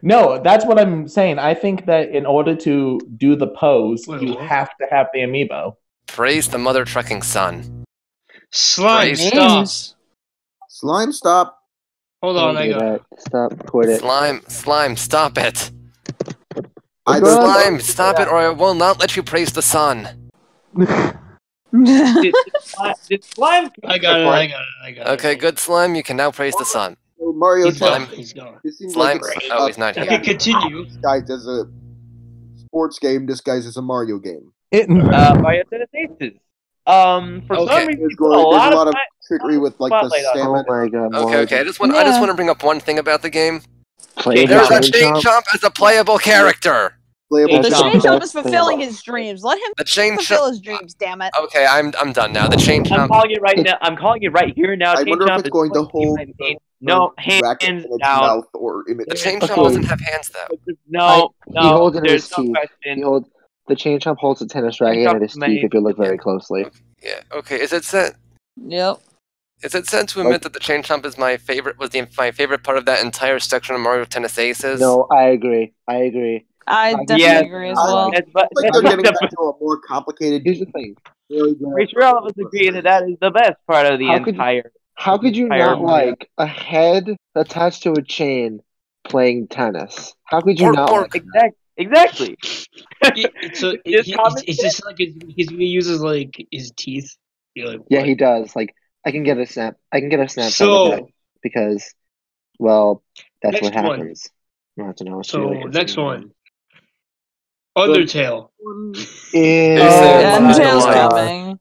Speaker 2: No, that's what I'm saying. I think that in order to do the pose,
Speaker 4: Wait,
Speaker 2: you
Speaker 4: what?
Speaker 2: have to have the amiibo.
Speaker 8: Praise the mother trucking son.
Speaker 4: Slime,
Speaker 8: Praise
Speaker 4: stop.
Speaker 3: Slime, stop.
Speaker 4: Hold on, I got.
Speaker 5: Knight. Stop, quit it.
Speaker 8: Slime, slime, stop it.
Speaker 3: I
Speaker 2: Go on.
Speaker 8: Slime, stop it or I will not let you praise the sun.
Speaker 6: Did, uh, did slime?
Speaker 4: I got it. I got it. I got it.
Speaker 8: Okay, good slime, you can now praise the sun.
Speaker 3: So Mario
Speaker 4: He's
Speaker 3: Tennis.
Speaker 8: Slime.
Speaker 4: gone. He's gone.
Speaker 3: This seems
Speaker 8: Slime,
Speaker 3: like it's
Speaker 8: oh, he's not
Speaker 4: Okay,
Speaker 8: here.
Speaker 4: continue.
Speaker 3: disguised as a sports game disguised as a Mario game.
Speaker 2: It,
Speaker 6: Uh, Mario Tennis Aces. Um, for
Speaker 8: Okay.
Speaker 6: some reason,
Speaker 3: There's, going,
Speaker 6: a
Speaker 3: there's
Speaker 6: lot,
Speaker 3: a lot of
Speaker 6: of time-
Speaker 3: trickery with like the
Speaker 6: Oh, Spotlight on it.
Speaker 5: Oh
Speaker 3: stamina.
Speaker 5: my god,
Speaker 8: Okay, okay. I just want I
Speaker 7: Yeah.
Speaker 8: just want to bring up one thing about the game.
Speaker 5: Play
Speaker 8: There's a
Speaker 5: the
Speaker 8: chain chomp as a playable character.
Speaker 3: Playable
Speaker 7: The
Speaker 3: shop.
Speaker 7: chain
Speaker 5: That's
Speaker 7: chomp is
Speaker 5: the-
Speaker 7: fulfilling his dreams. Let him
Speaker 8: The chain chomp.
Speaker 7: fulfill his dreams, damn it.
Speaker 8: Okay, I'm I'm done now. The chain
Speaker 6: I'm
Speaker 8: chomp.
Speaker 6: calling it right now. I'm calling it right here now.
Speaker 3: Um, I
Speaker 6: Chain
Speaker 3: wonder if
Speaker 6: chomp
Speaker 3: it's
Speaker 6: is
Speaker 3: going to
Speaker 6: 14,
Speaker 3: hold
Speaker 6: 19. No,
Speaker 3: racket in
Speaker 6: hands
Speaker 3: its
Speaker 6: down.
Speaker 3: mouth or in
Speaker 8: The
Speaker 3: its
Speaker 8: chain chomp
Speaker 5: Okay.
Speaker 8: doesn't have hands though.
Speaker 6: No,
Speaker 5: He
Speaker 6: no.
Speaker 5: holds it in
Speaker 6: There's
Speaker 5: his
Speaker 6: no
Speaker 5: teeth. He
Speaker 6: question.
Speaker 5: holds the chain chomp holds a tennis racket
Speaker 6: Chomp
Speaker 5: in his teeth
Speaker 6: made-
Speaker 5: if you look very closely.
Speaker 8: Yeah. Okay. Is it said
Speaker 7: Yep.
Speaker 8: is it said to admit that the chain chomp is my favorite was the my favorite part of that entire section of Mario Tennis Aces?
Speaker 5: No, I agree. I agree.
Speaker 7: I
Speaker 5: Yeah.
Speaker 7: definitely agree as
Speaker 5: I-
Speaker 7: well.
Speaker 6: That's, but,
Speaker 3: It's
Speaker 6: that's
Speaker 3: like they're getting
Speaker 6: the,
Speaker 3: back to a more complicated.
Speaker 5: Here's the thing.
Speaker 3: Very
Speaker 6: we
Speaker 3: good.
Speaker 6: sure all of us agree that that is the best part of the
Speaker 5: How could-
Speaker 6: entire.
Speaker 5: How could you
Speaker 6: I
Speaker 5: not
Speaker 6: agree.
Speaker 5: like a head attached to a chain playing tennis? How could you
Speaker 8: Or-
Speaker 5: not
Speaker 8: or-
Speaker 5: like
Speaker 6: Exact, exactly.
Speaker 4: It- it's so it,
Speaker 6: Just
Speaker 4: he-
Speaker 6: common
Speaker 4: it's, it's just like his, his, he uses like his teeth. You're like,
Speaker 5: Yeah,
Speaker 4: what?
Speaker 5: he does. Like I can get a snap I can get a snap
Speaker 4: So-
Speaker 5: because well, that's what
Speaker 4: Next one.
Speaker 5: happens. You don't have to know what's
Speaker 4: So,
Speaker 5: really happening.
Speaker 4: next one. Undertale.
Speaker 5: Ew.
Speaker 8: Oh
Speaker 7: Yeah,
Speaker 8: my
Speaker 7: Undertale's
Speaker 8: God.
Speaker 7: coming.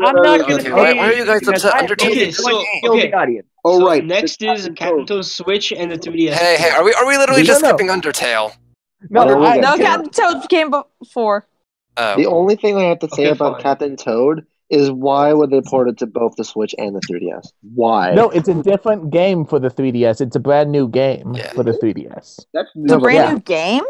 Speaker 6: I'm not gonna.
Speaker 8: Okay, why,
Speaker 6: say
Speaker 8: why are you guys
Speaker 6: anything because
Speaker 8: upset?
Speaker 6: I-
Speaker 8: Undertale's
Speaker 4: Okay,
Speaker 8: a good
Speaker 4: so-
Speaker 8: game.
Speaker 6: Kill
Speaker 4: Okay.
Speaker 6: the audience.
Speaker 3: Oh
Speaker 4: so
Speaker 3: right.
Speaker 4: Next is
Speaker 3: Captain Toad.
Speaker 4: Captain Switch and the 3DS.
Speaker 8: Hey, hey, are we are we literally
Speaker 2: We
Speaker 8: just
Speaker 2: don't know.
Speaker 8: skipping Undertale?
Speaker 2: no,
Speaker 5: No, we'll
Speaker 2: I-
Speaker 5: get
Speaker 7: No,
Speaker 5: Okay.
Speaker 7: Captain Toad came before.
Speaker 5: The
Speaker 8: Oh,
Speaker 5: only thing I have to say
Speaker 4: Okay,
Speaker 5: about
Speaker 4: fine.
Speaker 5: Captain Toad is why would they port it to both the Switch and the 3DS? Why?
Speaker 2: no, it's a different game for the 3DS. It's a brand new game
Speaker 8: Yeah.
Speaker 2: for the 3DS.
Speaker 3: That's
Speaker 7: It's a
Speaker 5: No, but
Speaker 7: brand
Speaker 5: yeah.
Speaker 7: new game?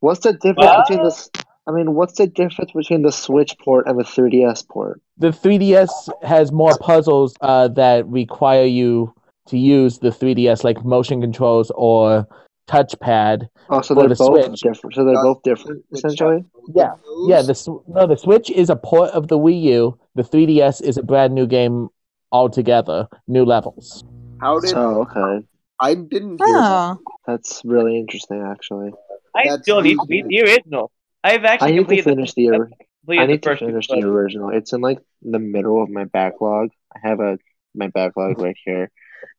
Speaker 5: What's the difference
Speaker 6: Well-
Speaker 5: between this? I mean, what's the difference between the Switch port and the 3DS port?
Speaker 2: The 3DS has more puzzles uh, that require you to use the 3DS, like motion controls or touchpad.
Speaker 5: Oh, so
Speaker 2: For
Speaker 5: they're
Speaker 2: the Switch.
Speaker 5: both
Speaker 2: Uh,
Speaker 5: different. So they're both different, essentially.
Speaker 2: Yeah. Yeah, the Sw- no, the Switch is a port of the Wii U. The 3DS is a brand new game altogether, new levels.
Speaker 3: How did
Speaker 5: So Oh, okay,
Speaker 3: I didn't hear that.
Speaker 7: Oh.
Speaker 5: that's really interesting, actually.
Speaker 6: I
Speaker 3: That's
Speaker 6: still need to
Speaker 3: easy.
Speaker 6: beat the original. I've
Speaker 5: I
Speaker 6: actually
Speaker 5: need to
Speaker 6: completed,
Speaker 5: finish the. or- I
Speaker 6: completed
Speaker 5: need
Speaker 6: the
Speaker 5: to
Speaker 6: first.
Speaker 5: finish
Speaker 6: two,
Speaker 5: the original. It's in like the middle of my backlog. I have a my backlog right here.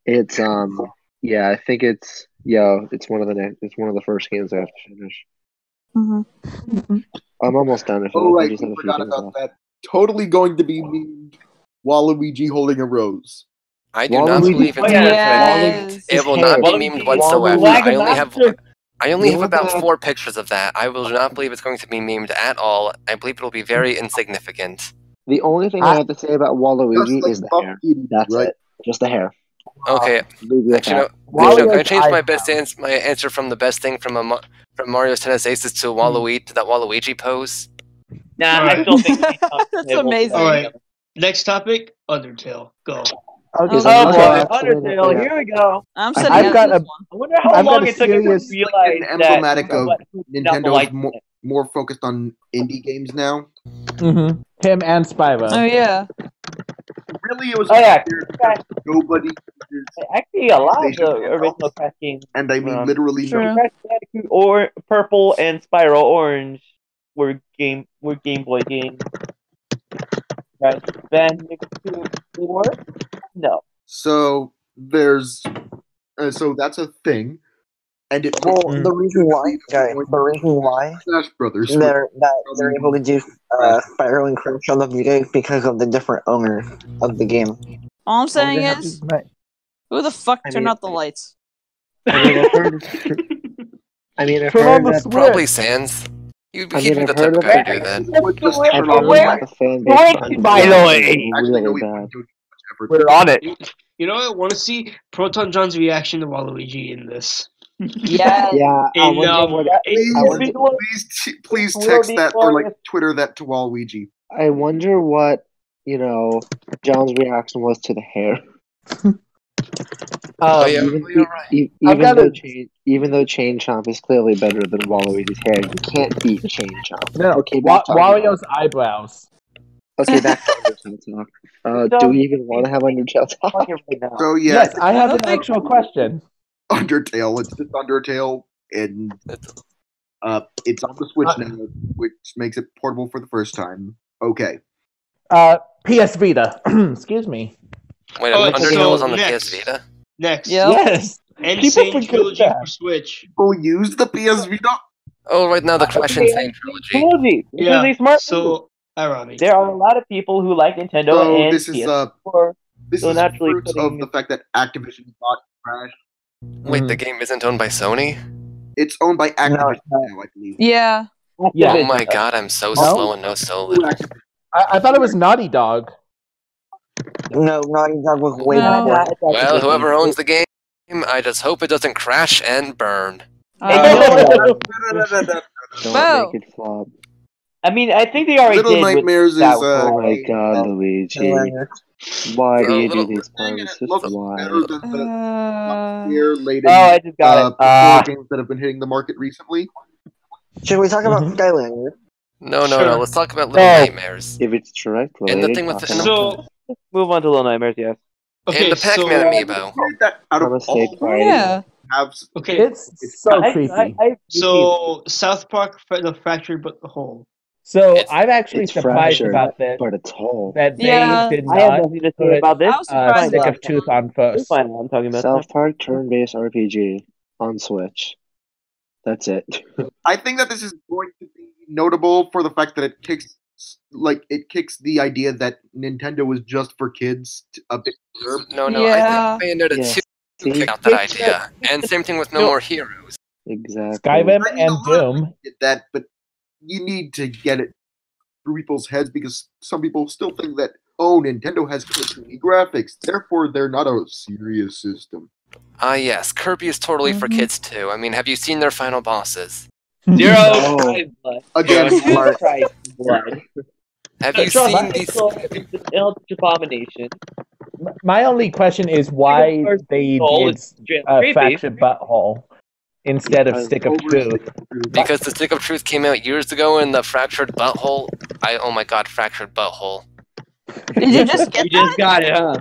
Speaker 5: It's um yeah, I think it's yo. It's one of the next. It's one of the first games I have to finish.
Speaker 7: Mhm.
Speaker 5: I'm almost done. If
Speaker 3: Oh
Speaker 5: I
Speaker 3: right,
Speaker 5: just have
Speaker 3: we
Speaker 5: a few
Speaker 3: forgot
Speaker 5: things
Speaker 3: about
Speaker 5: left.
Speaker 3: that. Totally going to be memed. Waluigi holding a rose.
Speaker 8: I do
Speaker 5: Waluigi-
Speaker 8: not believe
Speaker 6: Oh,
Speaker 8: it's
Speaker 6: yeah,
Speaker 7: Yes.
Speaker 8: It will
Speaker 5: His
Speaker 8: not be
Speaker 5: hair.
Speaker 8: memed
Speaker 6: Waluigi-
Speaker 8: whatsoever.
Speaker 6: Waluigi-
Speaker 8: I only have
Speaker 6: Waluigi-
Speaker 8: I only have
Speaker 5: Waluigi-
Speaker 8: about four pictures of that. I will not believe it's going to be memed at all. I believe it'll be very insignificant.
Speaker 5: The only thing I,
Speaker 2: I-
Speaker 5: have to say about
Speaker 3: Just
Speaker 5: Waluigi
Speaker 3: like
Speaker 5: is the
Speaker 3: Buff
Speaker 5: hair.
Speaker 3: Eaton,
Speaker 5: That's
Speaker 3: right?
Speaker 5: it. Just the hair.
Speaker 8: Okay,
Speaker 5: Leave it at
Speaker 8: actually, no,
Speaker 5: that.
Speaker 8: actually,
Speaker 2: Waluigi's
Speaker 8: no, can I change my
Speaker 2: eyebrows.
Speaker 8: best ans- my answer from the best thing from a Mo- from Mario's Tennis Aces to Waluigi to that Waluigi pose?
Speaker 6: Nah, I
Speaker 4: Alright.
Speaker 6: still think
Speaker 7: That's amazing.
Speaker 4: All right. Next topic, Undertale. Go.
Speaker 2: Okay,
Speaker 7: Oh,
Speaker 5: Is
Speaker 7: so
Speaker 5: that
Speaker 6: Oh
Speaker 7: Okay.
Speaker 6: boy,
Speaker 3: uh,
Speaker 5: another
Speaker 6: Undertale,
Speaker 5: Yeah.
Speaker 6: here we go.
Speaker 7: I'm
Speaker 5: I've
Speaker 7: sitting out
Speaker 2: got
Speaker 7: of this
Speaker 2: a-
Speaker 7: one.
Speaker 6: I wonder how
Speaker 2: I've got
Speaker 6: long
Speaker 2: a
Speaker 6: it took him to
Speaker 2: serious-
Speaker 6: realize
Speaker 3: Like an
Speaker 6: that
Speaker 3: emblematic of
Speaker 6: what- down the
Speaker 3: Nintendo's
Speaker 6: light-
Speaker 3: mo- more focused on indie games now.
Speaker 2: Mhm. Him and Spyro.
Speaker 7: Oh yeah.
Speaker 3: Really, it was
Speaker 6: Oh, yeah.
Speaker 3: weird because nobody characters,
Speaker 6: Actually, a lot of
Speaker 3: They
Speaker 6: the
Speaker 3: should be
Speaker 6: original Crash games,
Speaker 3: and I mean
Speaker 6: Um,
Speaker 3: literally
Speaker 7: Sure.
Speaker 3: no.
Speaker 6: Crash Bandicoot or Purple and Spiral Orange, were game were Game Boy games. Crash Bandicoot Four? No.
Speaker 3: So there's, uh, so that's a thing, and it
Speaker 9: Well,
Speaker 4: Mm.
Speaker 9: the reason why, sorry, the reason why
Speaker 3: Smash Brothers.
Speaker 9: they're that they're able to do uh, Spyro and Crash on the Vita is because of the different owner of the game.
Speaker 7: All I'm
Speaker 2: All
Speaker 7: saying
Speaker 2: they have
Speaker 7: is,
Speaker 2: to- my-
Speaker 7: who the fuck
Speaker 5: I
Speaker 7: turned
Speaker 5: mean-
Speaker 7: out the lights?
Speaker 5: I mean, I've heard. I mean, I've
Speaker 2: Turn on
Speaker 5: heard
Speaker 2: the
Speaker 5: that.
Speaker 2: switch.
Speaker 8: Probably Sans. You'd be
Speaker 5: I mean,
Speaker 8: keeping the
Speaker 5: I've heard
Speaker 8: type
Speaker 5: of
Speaker 8: of guy
Speaker 5: that.
Speaker 8: to do that.
Speaker 3: It would just
Speaker 5: I've
Speaker 3: turn
Speaker 5: heard
Speaker 3: on
Speaker 5: that
Speaker 3: the
Speaker 5: the fan base
Speaker 2: Thank
Speaker 5: on
Speaker 2: you, by the
Speaker 5: Vita
Speaker 2: way.
Speaker 5: is
Speaker 3: Actually, no,
Speaker 5: really
Speaker 3: it
Speaker 5: bad.
Speaker 3: wouldn't do much effort.
Speaker 2: We're on it.
Speaker 4: You know, I want to see Proton John's reaction to Waluigi in this.
Speaker 7: Yeah.
Speaker 5: Yeah, I
Speaker 4: In, um,
Speaker 5: wonder what
Speaker 3: Please,
Speaker 5: I wonder-
Speaker 3: please, t- please text that or like Twitter that to Waluigi.
Speaker 5: I wonder what you know John's reaction was to the hair.
Speaker 8: Oh,
Speaker 2: Um,
Speaker 8: yeah,
Speaker 5: even,
Speaker 8: you're right.
Speaker 5: e-
Speaker 2: I've
Speaker 5: even
Speaker 2: got
Speaker 5: though
Speaker 2: a-
Speaker 5: Chain, even though Chain Chomp is clearly better than Waluigi's hair, you can't beat Chain Chomp.
Speaker 2: No,
Speaker 5: Okay,
Speaker 2: Wa-
Speaker 5: back to
Speaker 2: Wario's eyebrows.
Speaker 5: Okay, back to Undertale talk. Uh,
Speaker 6: No.
Speaker 5: do we even want to have Undertale talk?
Speaker 6: Fuck it right now.
Speaker 3: So yeah,
Speaker 2: Yes, I have an
Speaker 7: Okay.
Speaker 2: actual question.
Speaker 3: Undertale. It's just Undertale, and uh, it's on the Switch now, which makes it portable for the first time. Okay,
Speaker 2: Uh, PS Vita. Excuse me.
Speaker 8: Wait,
Speaker 4: Oh,
Speaker 8: Undertale
Speaker 4: so
Speaker 8: was on the
Speaker 4: next.
Speaker 8: PS Vita.
Speaker 4: Next,
Speaker 7: Yeah.
Speaker 2: Yes.
Speaker 4: and
Speaker 2: People
Speaker 4: Insane
Speaker 2: forget
Speaker 4: Trilogy
Speaker 2: that.
Speaker 4: for Switch.
Speaker 3: people use the PS Vita.
Speaker 8: Oh, right now the Crash
Speaker 6: Okay,
Speaker 8: Insane trilogy.
Speaker 6: Trilogy. This is a smart move.
Speaker 4: So, hi, Robbie.
Speaker 6: There are a lot of people who like Nintendo
Speaker 3: So
Speaker 6: and
Speaker 3: this is uh,
Speaker 6: PS4.
Speaker 3: this
Speaker 6: So
Speaker 3: is
Speaker 6: naturally
Speaker 3: fruits
Speaker 6: putting-
Speaker 3: of the fact that Activision bought Crash.
Speaker 8: Wait, the game isn't owned by Sony?
Speaker 3: It's owned by Activision
Speaker 9: it's not.
Speaker 3: now, I believe.
Speaker 7: Yeah.
Speaker 2: Yeah.
Speaker 8: Oh my god, I'm so slow and no solid.
Speaker 2: I, I thought it was Naughty Dog.
Speaker 9: No, Naughty Dog was way
Speaker 5: Uh,
Speaker 7: No.
Speaker 9: before.
Speaker 8: Well, whoever owns the game, I just hope it doesn't crash and burn.
Speaker 7: Uh,
Speaker 5: Don't
Speaker 7: Wow.
Speaker 5: make it flop.
Speaker 6: I mean, I think they already
Speaker 3: Little
Speaker 6: did. with
Speaker 3: Nightmares is
Speaker 6: that
Speaker 3: uh,
Speaker 6: one.
Speaker 5: Oh my
Speaker 3: a-
Speaker 5: god, Luigi. Why do
Speaker 8: Oh,
Speaker 5: you do
Speaker 8: little-
Speaker 5: these
Speaker 3: thing, and
Speaker 5: puns?
Speaker 3: it
Speaker 5: This is
Speaker 3: looks better
Speaker 5: wild.
Speaker 3: than the
Speaker 7: uh,
Speaker 3: year laden,
Speaker 6: uh, oh, I just got
Speaker 3: uh,
Speaker 6: it. Uh,
Speaker 3: games that have been hitting the market recently.
Speaker 9: Should we talk about
Speaker 5: Mm-hmm.
Speaker 2: Mhm.
Speaker 9: Skylander?
Speaker 8: No, no,
Speaker 4: Sure.
Speaker 8: no. Let's talk about Little
Speaker 2: Oh.
Speaker 8: Nightmares.
Speaker 5: If it's direct
Speaker 8: And
Speaker 5: related,
Speaker 8: the thing with the- and the-
Speaker 4: So,
Speaker 6: move on to Little Nightmares. Yes.
Speaker 4: okay,
Speaker 8: and the
Speaker 4: so
Speaker 8: Pac-Man amiibo.
Speaker 3: Who did that out
Speaker 5: I'm gonna
Speaker 3: of all
Speaker 5: say
Speaker 3: the
Speaker 5: priority.
Speaker 7: yeah.
Speaker 3: halves,
Speaker 4: okay,
Speaker 2: It's, so
Speaker 6: I,
Speaker 2: creepy.
Speaker 6: I, I,
Speaker 4: so South Park, fra- the fractured but the whole.
Speaker 2: so
Speaker 8: it's-
Speaker 2: I'm actually
Speaker 5: it's
Speaker 2: surprised
Speaker 5: fractured,
Speaker 2: about this.
Speaker 5: But it's whole.
Speaker 2: That they
Speaker 7: Yeah.
Speaker 2: did
Speaker 6: I have
Speaker 2: not
Speaker 6: nothing to
Speaker 2: put,
Speaker 6: say about this.
Speaker 7: I was
Speaker 2: uh,
Speaker 7: surprised.
Speaker 2: Stick of Tooth on
Speaker 6: This
Speaker 2: first.
Speaker 6: one I'm talking about.
Speaker 5: South Park turn-based RPG on Switch. That's it.
Speaker 3: I think that this is going to be notable for the fact that it kicks like it kicks the idea that Nintendo was just for kids t- a bit. further.
Speaker 8: No, no.
Speaker 7: Yeah.
Speaker 8: I think Bayonetta
Speaker 5: Yes.
Speaker 8: 2
Speaker 5: See?
Speaker 8: kicked out that idea. And same thing with No,
Speaker 2: No.
Speaker 8: More Heroes.
Speaker 5: Exactly.
Speaker 2: Skyrim
Speaker 3: I mean,
Speaker 2: and
Speaker 3: a lot of
Speaker 2: Doom.
Speaker 3: did that, but you need to get it through people's heads because some people still think that oh, Nintendo has cartoony graphics, therefore they're not a serious system.
Speaker 8: Ah, yes. Kirby is totally for
Speaker 7: Mhm.
Speaker 8: kids, too. I mean, have you seen their final bosses?
Speaker 6: Zero
Speaker 5: No.
Speaker 6: Pride Blood.
Speaker 3: Again,
Speaker 6: Jesus
Speaker 3: Mark,
Speaker 6: Christ Blood.
Speaker 8: Have
Speaker 6: So,
Speaker 8: you
Speaker 6: so
Speaker 8: seen
Speaker 6: that-
Speaker 8: these?
Speaker 6: so it's an eldritch abomination.
Speaker 2: M- My only question is why
Speaker 6: First
Speaker 2: they
Speaker 6: soul,
Speaker 2: did
Speaker 6: it's straight
Speaker 2: uh,
Speaker 6: creepy.
Speaker 2: Fractured Butthole instead of
Speaker 5: Because
Speaker 2: Stick of Truth.
Speaker 8: Because the Stick of Truth came out years ago, and the Fractured Butthole. I oh my god, Fractured Butthole.
Speaker 7: Did you just get
Speaker 6: You just
Speaker 7: that?
Speaker 6: got it, huh?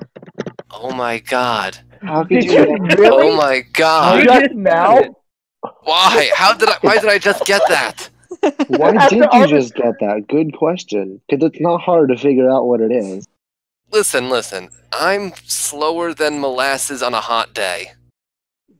Speaker 8: Oh my god.
Speaker 5: How could
Speaker 2: Did
Speaker 5: you
Speaker 2: you
Speaker 5: ever-
Speaker 8: Oh my god.
Speaker 6: You
Speaker 2: Just
Speaker 6: just
Speaker 2: now?
Speaker 6: got it.
Speaker 8: Why? How did I? Why did I just get that?
Speaker 5: Why
Speaker 2: After
Speaker 5: did
Speaker 2: all
Speaker 5: you
Speaker 2: this-
Speaker 5: just get that? Good question. Because it's not hard to figure out what it is.
Speaker 8: Listen, listen. I'm slower than molasses on a hot day.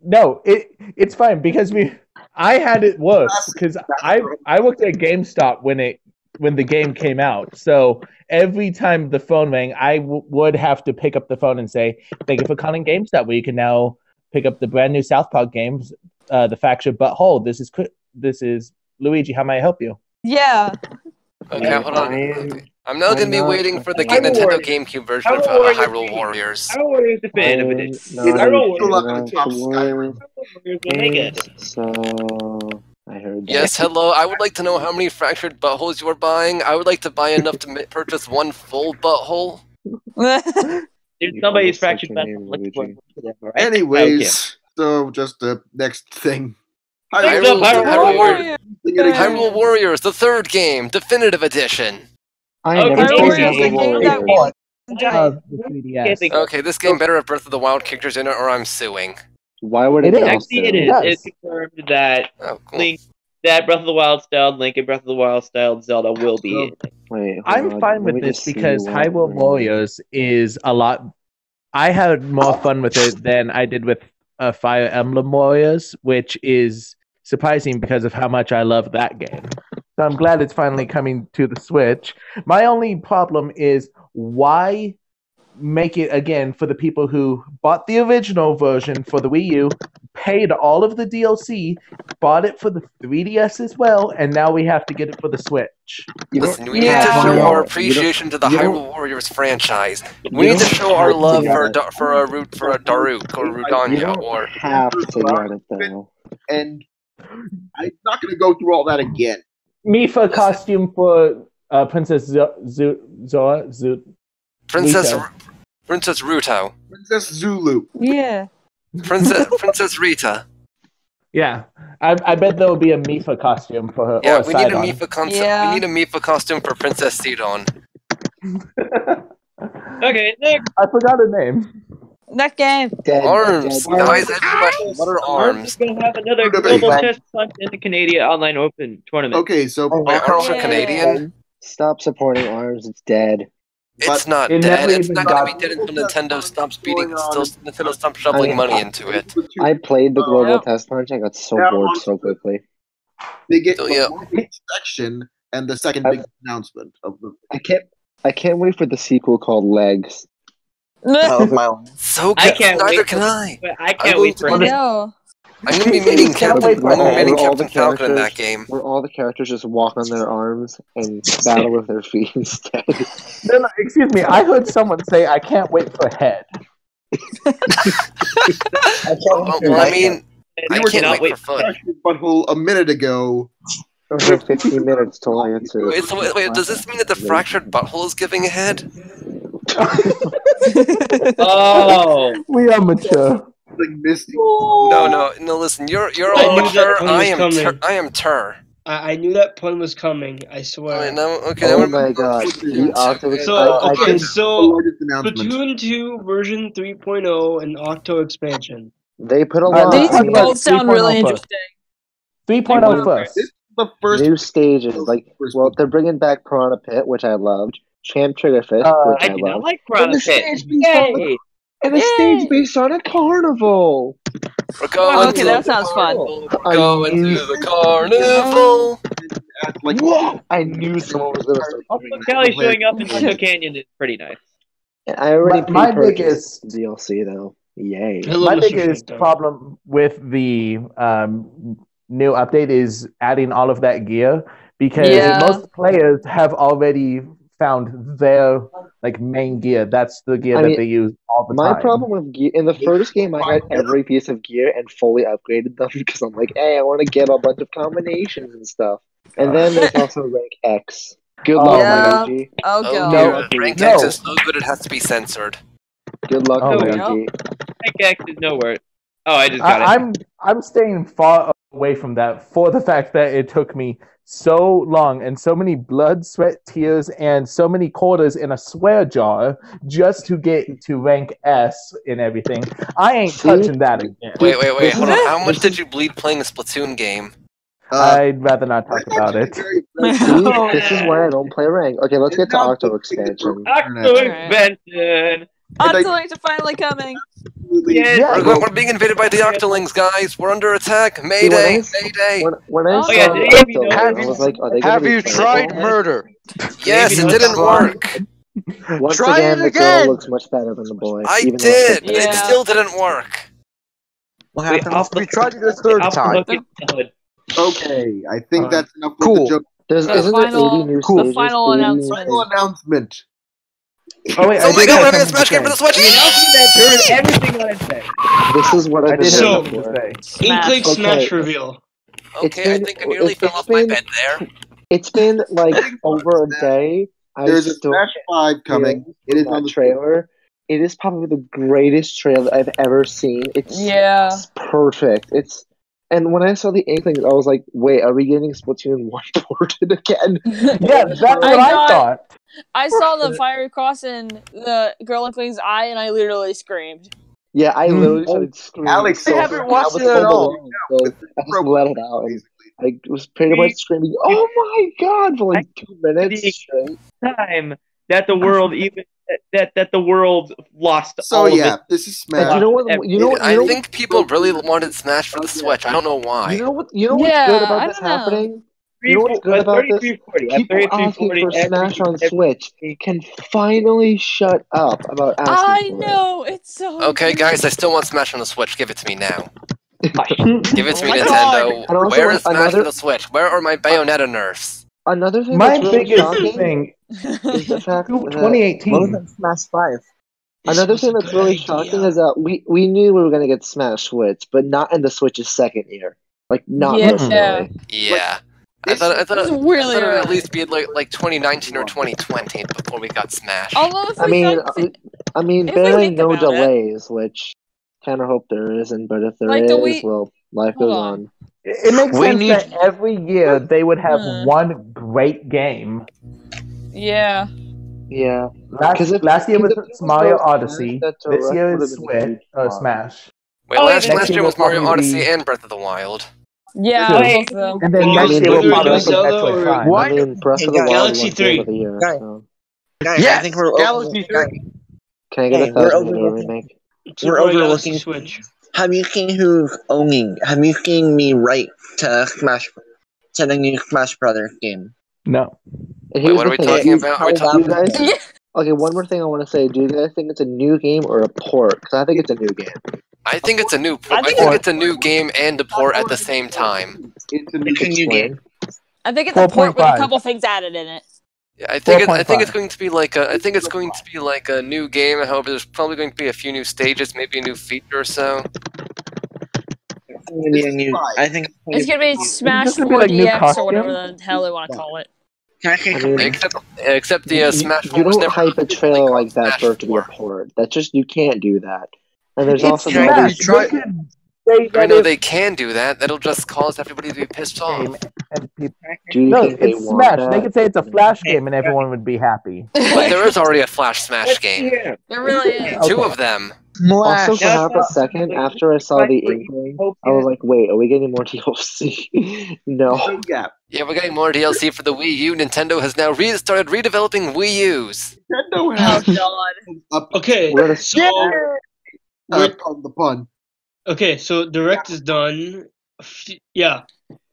Speaker 2: No, it it's fine because we I had it worse because I I worked at GameStop when it when the game came out. So every time the phone rang, I w- would have to pick up the phone and say, "Thank you for calling GameStop, where you can now pick up the brand new South Park games, uh, the Fractured Butthole." This is Cri- this is Luigi. How may I help you?
Speaker 7: Yeah.
Speaker 8: Okay,
Speaker 5: Yeah,
Speaker 8: hold on.
Speaker 5: I am-
Speaker 8: I'm now
Speaker 5: I'm
Speaker 8: gonna be
Speaker 5: not-
Speaker 8: waiting for the
Speaker 6: I don't
Speaker 8: Nintendo
Speaker 6: worry.
Speaker 8: GameCube
Speaker 6: I
Speaker 8: version of
Speaker 6: don't
Speaker 8: uh,
Speaker 6: worry.
Speaker 8: Hyrule Warriors.
Speaker 6: I don't worry if the fan of it.
Speaker 5: I am
Speaker 6: I don't
Speaker 5: not
Speaker 3: want
Speaker 5: enough
Speaker 3: to top
Speaker 5: to
Speaker 3: Skyrim.
Speaker 5: work,
Speaker 6: Omega.
Speaker 5: So I heard that.
Speaker 8: Yes, hello. I would like to know how many fractured buttholes you are buying. I would like to buy enough to mi- purchase one full butthole.
Speaker 6: There's
Speaker 5: You
Speaker 6: somebody's
Speaker 5: always
Speaker 6: fractured
Speaker 5: such a name,
Speaker 6: butthole. Let's
Speaker 5: Luigi.
Speaker 6: work with them, all right?
Speaker 3: Anyways, so just the next thing.
Speaker 6: Next
Speaker 8: Hyrule,
Speaker 6: up, Hyrule Warriors.
Speaker 8: Hyrule Warriors.
Speaker 3: Warriors.
Speaker 8: Hyrule Warriors, the third game, definitive edition.
Speaker 5: I never
Speaker 6: Okay,
Speaker 5: played
Speaker 6: Warriors,
Speaker 5: Hyrule
Speaker 6: the
Speaker 7: game that
Speaker 5: Warriors.
Speaker 2: of the 3DS.
Speaker 6: think-
Speaker 8: Okay, this game better have Breath of the Wild characters in it, or I'm suing.
Speaker 5: Why would
Speaker 2: It is.
Speaker 5: it, else
Speaker 6: Actually, it
Speaker 5: do?
Speaker 6: is.
Speaker 2: Yes.
Speaker 6: It's confirmed that
Speaker 8: Oh, cool.
Speaker 6: Link, that Breath of the Wild styled Link and Breath of the Wild styled Zelda will
Speaker 8: Oh.
Speaker 6: be in. it.
Speaker 5: Wait, hold
Speaker 2: I'm
Speaker 5: on,
Speaker 2: fine
Speaker 5: let
Speaker 2: with
Speaker 5: me
Speaker 2: this
Speaker 5: just see
Speaker 2: because
Speaker 5: what-
Speaker 2: High Will Warriors is a lot. I had more fun with it than I did with uh, Fire Emblem Warriors, which is surprising because of how much I love that game. So I'm glad it's finally coming to the Switch. My only problem is why make it again for the people who bought the original version for the Wii U, paid all of the DLC, bought it for the 3DS as well, and now we have to get it for the Switch.
Speaker 3: You don't-
Speaker 8: Listen, we need
Speaker 7: Yeah.
Speaker 8: to show
Speaker 5: Mario,
Speaker 8: our
Speaker 5: you don't-
Speaker 8: appreciation to the
Speaker 5: you don't-
Speaker 8: Hyrule Warriors franchise.
Speaker 5: You
Speaker 8: We need to
Speaker 5: don't
Speaker 8: show our
Speaker 5: have to
Speaker 8: love
Speaker 5: get
Speaker 8: for a,
Speaker 5: it.
Speaker 8: da- for a root for a Daruk or
Speaker 5: You
Speaker 8: Rudanya
Speaker 5: don't
Speaker 8: or
Speaker 5: have to get it though.
Speaker 3: and I'm not going to go through all that again.
Speaker 2: Mifa costume for uh, Princess Zo- Zo- Zora Zo-
Speaker 8: Princess
Speaker 2: Rito.
Speaker 8: Ru- Princess Ruto,
Speaker 3: Princess Zulu.
Speaker 7: Yeah.
Speaker 8: Princess Princess Rita.
Speaker 2: Yeah, I, I bet there will be a Mifa costume for her.
Speaker 8: Yeah,
Speaker 2: or a
Speaker 8: we need a
Speaker 2: Sidon.
Speaker 8: Mifa concept.
Speaker 7: Yeah.
Speaker 8: We need a Mifa costume for Princess Sidon.
Speaker 4: Okay, next.
Speaker 2: I forgot her name.
Speaker 7: Next game.
Speaker 9: Dead,
Speaker 8: Arms,
Speaker 9: dead,
Speaker 8: guys. I
Speaker 9: dead.
Speaker 8: have a question. What are
Speaker 6: Arms is
Speaker 8: arms?
Speaker 6: going to have another
Speaker 3: Wait.
Speaker 6: global chess punch in the Canadian Online Open tournament.
Speaker 3: Okay, so
Speaker 9: Oh,
Speaker 8: Wait, arms are
Speaker 7: Yeah.
Speaker 8: Canadian?
Speaker 5: Stop supporting arms. It's dead.
Speaker 8: It's
Speaker 3: But-
Speaker 8: not
Speaker 2: It
Speaker 8: dead.
Speaker 2: never
Speaker 8: It's
Speaker 2: even
Speaker 8: not going to
Speaker 2: got-
Speaker 8: be dead until
Speaker 3: Global Test
Speaker 8: Nintendo
Speaker 3: Punch
Speaker 8: stops beating.
Speaker 3: going
Speaker 8: Still,
Speaker 3: on.
Speaker 8: Nintendo stops shoveling
Speaker 5: I-
Speaker 8: money into it.
Speaker 5: I played
Speaker 8: Oh,
Speaker 5: the global
Speaker 7: Yep.
Speaker 5: test punch. I got so
Speaker 3: Now
Speaker 5: bored
Speaker 3: on
Speaker 5: so
Speaker 3: to the-
Speaker 5: quickly.
Speaker 3: They get
Speaker 8: So,
Speaker 3: the
Speaker 8: yeah.
Speaker 3: monthly section and the second
Speaker 5: I-
Speaker 3: big announcement of the.
Speaker 5: I can't. I can't wait for the sequel called Legs.
Speaker 7: Oh,
Speaker 9: That was my one.
Speaker 8: So
Speaker 6: I
Speaker 8: can,
Speaker 6: can't
Speaker 8: neither
Speaker 6: wait.
Speaker 8: can I.
Speaker 6: But I
Speaker 8: I
Speaker 6: can't
Speaker 8: will-
Speaker 6: wait for
Speaker 7: I
Speaker 2: Well,
Speaker 6: this.
Speaker 7: know.
Speaker 8: I'm going to be meeting
Speaker 2: Can't wait
Speaker 8: Captain.
Speaker 2: for
Speaker 8: I'm going to
Speaker 2: all-
Speaker 8: be meeting
Speaker 5: where all the
Speaker 8: Captain Falcon in that
Speaker 5: characters,
Speaker 8: game.
Speaker 5: where all the characters just walk on their arms and battle with their feet instead.
Speaker 2: No, no, excuse me. I heard someone say, "I can't wait for head."
Speaker 9: I can't wait
Speaker 8: Oh,
Speaker 9: for
Speaker 8: well,
Speaker 9: that.
Speaker 8: I mean, I
Speaker 6: I
Speaker 3: were
Speaker 8: can't
Speaker 6: cannot
Speaker 8: wait,
Speaker 6: wait.
Speaker 8: for fun.
Speaker 3: Crash your butthole a minute ago.
Speaker 5: Over 15 minutes to answer.
Speaker 8: Wait, so wait, wait, does this mean that the fractured butthole is giving a head?
Speaker 6: Oh,
Speaker 2: We are mature.
Speaker 3: Like Misty.
Speaker 8: No, no, no. Listen, you're you're
Speaker 4: I
Speaker 8: all
Speaker 4: knew that
Speaker 8: mature.
Speaker 4: one
Speaker 8: I
Speaker 4: was
Speaker 8: am
Speaker 4: coming.
Speaker 8: ter- I am ter.
Speaker 4: I, I knew that pun was coming. I
Speaker 8: All right,
Speaker 4: sure.
Speaker 8: now, okay, now
Speaker 5: Oh
Speaker 8: we're
Speaker 5: my god! The Octopus.
Speaker 4: So
Speaker 5: I, I
Speaker 4: okay,
Speaker 5: could.
Speaker 3: The
Speaker 4: so
Speaker 3: largest announcement.
Speaker 4: Splatoon 2 version 3.0 and Octo expansion.
Speaker 5: They put a
Speaker 2: All right,
Speaker 5: lot.
Speaker 2: let's
Speaker 7: These
Speaker 5: I
Speaker 2: talk
Speaker 5: mean,
Speaker 2: about
Speaker 7: both sound really
Speaker 2: 3.0 first.
Speaker 7: interesting.
Speaker 2: 3.0
Speaker 3: This
Speaker 2: first.
Speaker 3: is the first.
Speaker 5: new stages. Like,
Speaker 3: first-
Speaker 5: well, they're bringing back Piranha Pit, which I loved. Champ Trigger Fist,
Speaker 2: Uh,
Speaker 5: which
Speaker 6: I
Speaker 5: I
Speaker 6: do not
Speaker 5: loved.
Speaker 6: like
Speaker 5: And
Speaker 6: Piranha
Speaker 5: the
Speaker 6: Pit.
Speaker 5: stage based on the,
Speaker 6: Yay!
Speaker 5: and the
Speaker 7: Yay!
Speaker 5: stage based on a carnival.
Speaker 8: We're going
Speaker 7: okay,
Speaker 8: to
Speaker 7: that
Speaker 8: the
Speaker 7: sounds fun.
Speaker 8: carnival. We're
Speaker 5: I
Speaker 8: going
Speaker 5: knew.
Speaker 8: to the carnival.
Speaker 3: act like
Speaker 5: Whoa! I knew someone was gonna start
Speaker 6: Also,
Speaker 5: doing that.
Speaker 6: Kelly
Speaker 5: The player-
Speaker 6: showing up in Snow Canyon is pretty nice.
Speaker 5: And I already
Speaker 2: My- my
Speaker 5: pre-purchased DLC though. Yay!
Speaker 4: Hello,
Speaker 2: My
Speaker 4: Mr.
Speaker 2: biggest
Speaker 4: Shakedown.
Speaker 2: problem with the um, new update is adding all of that gear because
Speaker 7: Yeah.
Speaker 2: most players have already found their like main gear. That's the gear
Speaker 5: I
Speaker 2: that
Speaker 5: mean,
Speaker 2: they use all the
Speaker 5: My
Speaker 2: time.
Speaker 5: problem with gear in the first game, I had every piece of gear and fully upgraded them because I'm like, hey, I want to get a bunch of combinations and stuff. And then there's also rank X. Good
Speaker 2: Oh
Speaker 5: luck,
Speaker 2: my
Speaker 7: Yeah.
Speaker 2: god.
Speaker 5: Luigi.
Speaker 7: Oh
Speaker 8: Oh
Speaker 7: god.
Speaker 5: Good
Speaker 2: No.
Speaker 8: dear,
Speaker 5: luck,
Speaker 8: rank
Speaker 5: Luigi.
Speaker 8: X
Speaker 2: No.
Speaker 8: is so good it has to be censored.
Speaker 5: Good luck,
Speaker 2: Oh my
Speaker 7: Yep.
Speaker 5: Luigi.
Speaker 6: Pickaxe is nowhere. Oh, I just got
Speaker 2: I,
Speaker 6: it.
Speaker 2: I'm I'm staying far away from that for the fact that it took me so long and so many blood, sweat, tears, and so many quarters in a swear jar just to get to rank S in everything. I ain't
Speaker 5: See?
Speaker 2: touching that again.
Speaker 8: Wait, wait, wait.
Speaker 5: This
Speaker 8: Hold
Speaker 5: is
Speaker 8: on. How much
Speaker 5: this
Speaker 8: did
Speaker 5: is
Speaker 8: you bleed playing a Splatoon game?
Speaker 3: Uh,
Speaker 2: I'd rather not talk
Speaker 3: I'm
Speaker 2: about
Speaker 3: actually
Speaker 2: it.
Speaker 3: very impressed.
Speaker 5: see.
Speaker 7: Oh
Speaker 5: This is
Speaker 7: man.
Speaker 5: why I don't play rank. Okay, let's
Speaker 3: It's
Speaker 5: get to
Speaker 3: not
Speaker 5: Octo
Speaker 3: the thing that broke
Speaker 5: expansion.
Speaker 6: Octo
Speaker 3: the internet.
Speaker 7: Alright.
Speaker 6: expansion.
Speaker 3: And I
Speaker 7: Octolings are finally coming.
Speaker 3: really
Speaker 6: Yes.
Speaker 2: Yeah.
Speaker 8: We're,
Speaker 5: Well,
Speaker 8: going, we're being invaded by the Octolings, guys. We're under attack.
Speaker 5: see when I
Speaker 8: Mayday,
Speaker 5: s-
Speaker 8: mayday.
Speaker 5: when when I
Speaker 7: Oh,
Speaker 6: Oh yeah,
Speaker 5: saw
Speaker 6: did
Speaker 7: yeah.
Speaker 6: any of you know?
Speaker 5: Octoling,
Speaker 10: Have
Speaker 5: I
Speaker 10: you
Speaker 5: was like, are they gonna
Speaker 10: have
Speaker 5: be
Speaker 10: you tried
Speaker 5: playable?
Speaker 10: murder?
Speaker 8: Yes,
Speaker 6: Maybe
Speaker 8: it
Speaker 6: not.
Speaker 8: didn't work.
Speaker 5: Once
Speaker 10: Try
Speaker 5: again,
Speaker 10: it
Speaker 5: the girl
Speaker 10: again.
Speaker 5: looks much better than the boy,
Speaker 8: I
Speaker 5: even though it's
Speaker 8: did,
Speaker 5: just
Speaker 8: but
Speaker 5: the
Speaker 8: it
Speaker 5: same.
Speaker 7: Yeah.
Speaker 8: still didn't work.
Speaker 9: What
Speaker 6: Wait,
Speaker 9: happened?
Speaker 6: Alpha.
Speaker 10: We tried it a
Speaker 6: Wait,
Speaker 10: third
Speaker 6: Alpha
Speaker 10: time.
Speaker 6: Book
Speaker 7: The,
Speaker 6: is valid.
Speaker 3: okay. I think
Speaker 2: Uh,
Speaker 3: that's enough with the
Speaker 10: Cool.
Speaker 3: joke.
Speaker 5: There's
Speaker 7: the
Speaker 5: isn't there 80
Speaker 7: final
Speaker 5: new
Speaker 7: the
Speaker 5: stages? 80
Speaker 7: final
Speaker 5: new
Speaker 7: announcement.
Speaker 3: Final
Speaker 5: things.
Speaker 3: announcement.
Speaker 2: oh wait,
Speaker 8: Oh
Speaker 2: I
Speaker 8: my
Speaker 2: did
Speaker 8: god, we're
Speaker 2: have
Speaker 8: having a
Speaker 2: something to
Speaker 8: Smash game for
Speaker 2: say.
Speaker 8: the Switch!
Speaker 6: The announcement that turned everything on its head.
Speaker 5: This is what
Speaker 2: I
Speaker 5: I've been
Speaker 2: did have
Speaker 4: So-
Speaker 5: waiting
Speaker 2: something to
Speaker 5: for.
Speaker 2: say.
Speaker 4: Inkling
Speaker 7: Smash.
Speaker 4: Smash
Speaker 5: Okay,
Speaker 4: reveal.
Speaker 5: it's
Speaker 8: Okay, I
Speaker 5: been
Speaker 8: think I nearly
Speaker 5: it,
Speaker 8: fell
Speaker 5: it's
Speaker 8: off my
Speaker 5: been
Speaker 8: bed there.
Speaker 5: tw- it's been like
Speaker 3: Nothing but
Speaker 5: over a
Speaker 3: Smash.
Speaker 5: day. I
Speaker 3: There's a
Speaker 5: still
Speaker 3: Smash Five
Speaker 5: can't
Speaker 3: coming.
Speaker 5: realize
Speaker 3: It
Speaker 5: from
Speaker 3: is on
Speaker 5: that
Speaker 3: the Switch.
Speaker 5: trailer. It is probably the greatest trailer I've ever seen. It's,
Speaker 7: Yeah.
Speaker 5: it's perfect. It's And when I saw the ink thing, I was like, wait, are we getting Splatoon 1 ported again?
Speaker 2: Yeah, that's what I,
Speaker 7: I got-
Speaker 2: thought.
Speaker 7: I saw the fire cross in the girl in Queen's eye, and I literally screamed.
Speaker 5: Yeah, I
Speaker 2: Mm.
Speaker 6: Oh,
Speaker 5: literally started screaming.
Speaker 3: Alex,
Speaker 5: so
Speaker 3: I
Speaker 5: hard.
Speaker 3: haven't
Speaker 6: watched
Speaker 5: was
Speaker 6: it at all.
Speaker 5: overwhelmed, so I just let it out. and I was pretty
Speaker 6: We-
Speaker 5: much screaming, oh my god, for like two minutes
Speaker 6: the-
Speaker 5: straight.
Speaker 6: time that the world even that that the world lost
Speaker 3: So
Speaker 6: all
Speaker 3: yeah,
Speaker 6: of
Speaker 3: this is
Speaker 5: And
Speaker 3: Smash.
Speaker 5: Oh, you know what?
Speaker 6: Every-
Speaker 5: You know what? You
Speaker 8: I
Speaker 5: know,
Speaker 8: think people really wanted Smash for the Switch. I don't know why.
Speaker 5: you know what? You know what's
Speaker 7: Yeah,
Speaker 5: good
Speaker 7: I
Speaker 5: about this
Speaker 7: don't know.
Speaker 5: happening?
Speaker 6: it.
Speaker 5: You know what's good about this?
Speaker 6: 3340, at
Speaker 5: People asking
Speaker 6: 3340,
Speaker 5: for
Speaker 6: every-
Speaker 5: Smash on
Speaker 6: every-
Speaker 5: Switch can finally shut up about asking
Speaker 7: I
Speaker 5: for it.
Speaker 7: know it's so.
Speaker 8: Okay,
Speaker 7: good.
Speaker 8: guys, I still want Smash on the Switch. Give it to me now. Give it to
Speaker 5: Oh
Speaker 8: me,
Speaker 5: my
Speaker 8: Nintendo.
Speaker 5: God. And also,
Speaker 8: Where
Speaker 5: like,
Speaker 8: is Smash
Speaker 5: another-
Speaker 8: on the Switch? Where are my Bayonetta nerfs?
Speaker 5: Another thing
Speaker 2: My
Speaker 5: that's really shocking
Speaker 2: biggest thing,
Speaker 5: is the fact that
Speaker 2: 2018.
Speaker 9: Welcome to Smash Five.
Speaker 4: Hmm. This
Speaker 5: Another
Speaker 4: was
Speaker 5: thing
Speaker 4: a
Speaker 5: that's
Speaker 4: good
Speaker 5: really
Speaker 4: idea.
Speaker 5: shocking is that we, we knew we were going to get Smash Switch, but not in the Switch's second year. Like, not
Speaker 7: Yeah.
Speaker 5: this early.
Speaker 8: Yeah. I thought, I thought,
Speaker 7: This is
Speaker 8: I thought it
Speaker 7: really
Speaker 8: would at
Speaker 7: early.
Speaker 8: least be like, like 2019 or 2020 before we got Smash.
Speaker 7: Although if we
Speaker 5: I mean,
Speaker 7: think-
Speaker 5: I, I mean,
Speaker 7: if we
Speaker 5: barely
Speaker 7: think
Speaker 5: no
Speaker 7: about it-
Speaker 5: delays, which kind of hope there isn't, but if there
Speaker 7: Like,
Speaker 5: is,
Speaker 7: do we-
Speaker 5: well, life
Speaker 7: Hold
Speaker 5: goes
Speaker 7: on.
Speaker 5: on.
Speaker 2: It it makes
Speaker 3: We
Speaker 2: sense
Speaker 3: need-
Speaker 2: that every year they would have
Speaker 7: Hmm.
Speaker 2: one great game.
Speaker 7: yeah,
Speaker 5: Yeah.
Speaker 2: Last
Speaker 5: 'Cause if-
Speaker 2: last year
Speaker 5: 'cause
Speaker 2: was
Speaker 5: if there was
Speaker 2: Mario
Speaker 5: no Smash,
Speaker 2: Odyssey.
Speaker 5: that
Speaker 2: This
Speaker 5: direct
Speaker 2: year
Speaker 5: would've
Speaker 2: is
Speaker 5: been a
Speaker 2: Switch
Speaker 5: huge
Speaker 2: uh,
Speaker 5: flop.
Speaker 2: Smash.
Speaker 8: Wait,
Speaker 7: Oh, wait,
Speaker 8: last,
Speaker 7: next
Speaker 8: last
Speaker 2: year
Speaker 8: year was
Speaker 2: will
Speaker 8: Mario
Speaker 2: probably be-
Speaker 8: Odyssey and Breath of the Wild.
Speaker 7: yeah,
Speaker 2: True.
Speaker 7: both of them.
Speaker 2: And then
Speaker 4: Well,
Speaker 2: next
Speaker 5: I mean,
Speaker 2: year will
Speaker 5: whether
Speaker 2: probably
Speaker 5: it's
Speaker 2: be
Speaker 4: Zelda
Speaker 2: Metroid
Speaker 4: or-
Speaker 2: Prime.
Speaker 5: I
Speaker 3: What?
Speaker 5: mean, Breath of the
Speaker 9: Hey, guys.
Speaker 5: Wild
Speaker 4: Galaxy
Speaker 5: won Game
Speaker 4: 3.
Speaker 5: of the Year,
Speaker 9: Guys.
Speaker 5: so.
Speaker 9: Guys, I
Speaker 3: Yes!
Speaker 9: think we're over.
Speaker 4: Galaxy
Speaker 9: Guys,
Speaker 4: Three.
Speaker 5: Can I get
Speaker 9: hey,
Speaker 5: a
Speaker 9: we're
Speaker 5: Thousand Meteor
Speaker 9: overlooking.
Speaker 5: remake?
Speaker 9: We're
Speaker 4: Super Mario Galaxy
Speaker 9: overlooking-
Speaker 4: Switch.
Speaker 9: Have you seen who's owning? Have you seen me write to Smash to the new Smash Brothers game?
Speaker 2: No.
Speaker 5: And
Speaker 8: Wait,
Speaker 5: here's
Speaker 8: what
Speaker 5: the
Speaker 8: are we
Speaker 5: thing.
Speaker 8: talking
Speaker 9: It's
Speaker 8: about? Are we
Speaker 9: called
Speaker 8: talking
Speaker 5: Do you guys
Speaker 9: Avatar.
Speaker 5: Okay, one more thing I want to say. Do you guys think it's a new game or a port? Because I think it's a new game.
Speaker 8: I think it's a new port.
Speaker 7: I
Speaker 8: I think,
Speaker 7: think
Speaker 8: it's a new game and a port at the same time.
Speaker 3: It's a new
Speaker 9: It's a new game.
Speaker 5: Explain.
Speaker 7: I think it's a port with a
Speaker 2: 4.5.
Speaker 7: couple things added in it.
Speaker 8: Yeah, I think it, I
Speaker 2: 4.5.
Speaker 8: think it's going to be like a, I think it's going to be like a new game. However, there's probably going to be a few new stages, maybe a new feature or so.
Speaker 9: It's gonna be a new.
Speaker 3: Five.
Speaker 9: I think it's gonna
Speaker 7: It's
Speaker 9: be
Speaker 7: gonna be
Speaker 2: It's
Speaker 7: Smash
Speaker 2: just gonna be like new
Speaker 7: 4DX or whatever
Speaker 2: costumes.
Speaker 7: the hell they want to call it.
Speaker 9: Can I say
Speaker 5: I
Speaker 9: something?
Speaker 5: mean,
Speaker 8: Except except the
Speaker 5: you,
Speaker 8: uh, Smash.
Speaker 5: you
Speaker 8: four was
Speaker 5: don't
Speaker 8: never
Speaker 5: hype a
Speaker 8: originally
Speaker 5: trailer
Speaker 8: called
Speaker 5: like that
Speaker 8: Smash
Speaker 5: for it to be a
Speaker 8: 4.
Speaker 5: port. That's just you can't do that. And there's
Speaker 2: It's
Speaker 5: also the
Speaker 9: Can I
Speaker 5: other
Speaker 2: Smash.
Speaker 9: just try?
Speaker 2: They could say
Speaker 8: I
Speaker 2: that
Speaker 8: know
Speaker 2: if
Speaker 8: they can do that. That'll just cause everybody to be pissed off.
Speaker 2: game and people.
Speaker 5: Do you
Speaker 2: No,
Speaker 5: think they
Speaker 2: it's
Speaker 5: want
Speaker 2: Smash. They
Speaker 5: that?
Speaker 2: could say it's a
Speaker 5: No.
Speaker 2: Flash game and everyone would be happy.
Speaker 8: But there is already a Flash Smash
Speaker 6: Let's
Speaker 8: game.
Speaker 6: hear it.
Speaker 7: It really is.
Speaker 8: Two
Speaker 2: Okay.
Speaker 8: of them.
Speaker 5: Also,
Speaker 9: Smash.
Speaker 5: for
Speaker 6: Now it's
Speaker 5: half a
Speaker 6: not-
Speaker 5: second
Speaker 6: like,
Speaker 5: after I saw
Speaker 6: like
Speaker 5: the
Speaker 6: for
Speaker 5: inkling, I was
Speaker 6: Utopia.
Speaker 5: like, wait, are we getting more DLC?
Speaker 3: So
Speaker 5: no.
Speaker 3: Oh, yeah,
Speaker 8: Yeah, we're getting more DLC for the Wii U. Nintendo has now re- started redeveloping Wii U's.
Speaker 3: Nintendo
Speaker 7: Oh
Speaker 3: has
Speaker 7: god.
Speaker 3: up
Speaker 4: Okay,
Speaker 5: What a
Speaker 4: so
Speaker 3: uh,
Speaker 4: we're
Speaker 3: on the pun.
Speaker 4: okay. So direct is done. F- Yeah,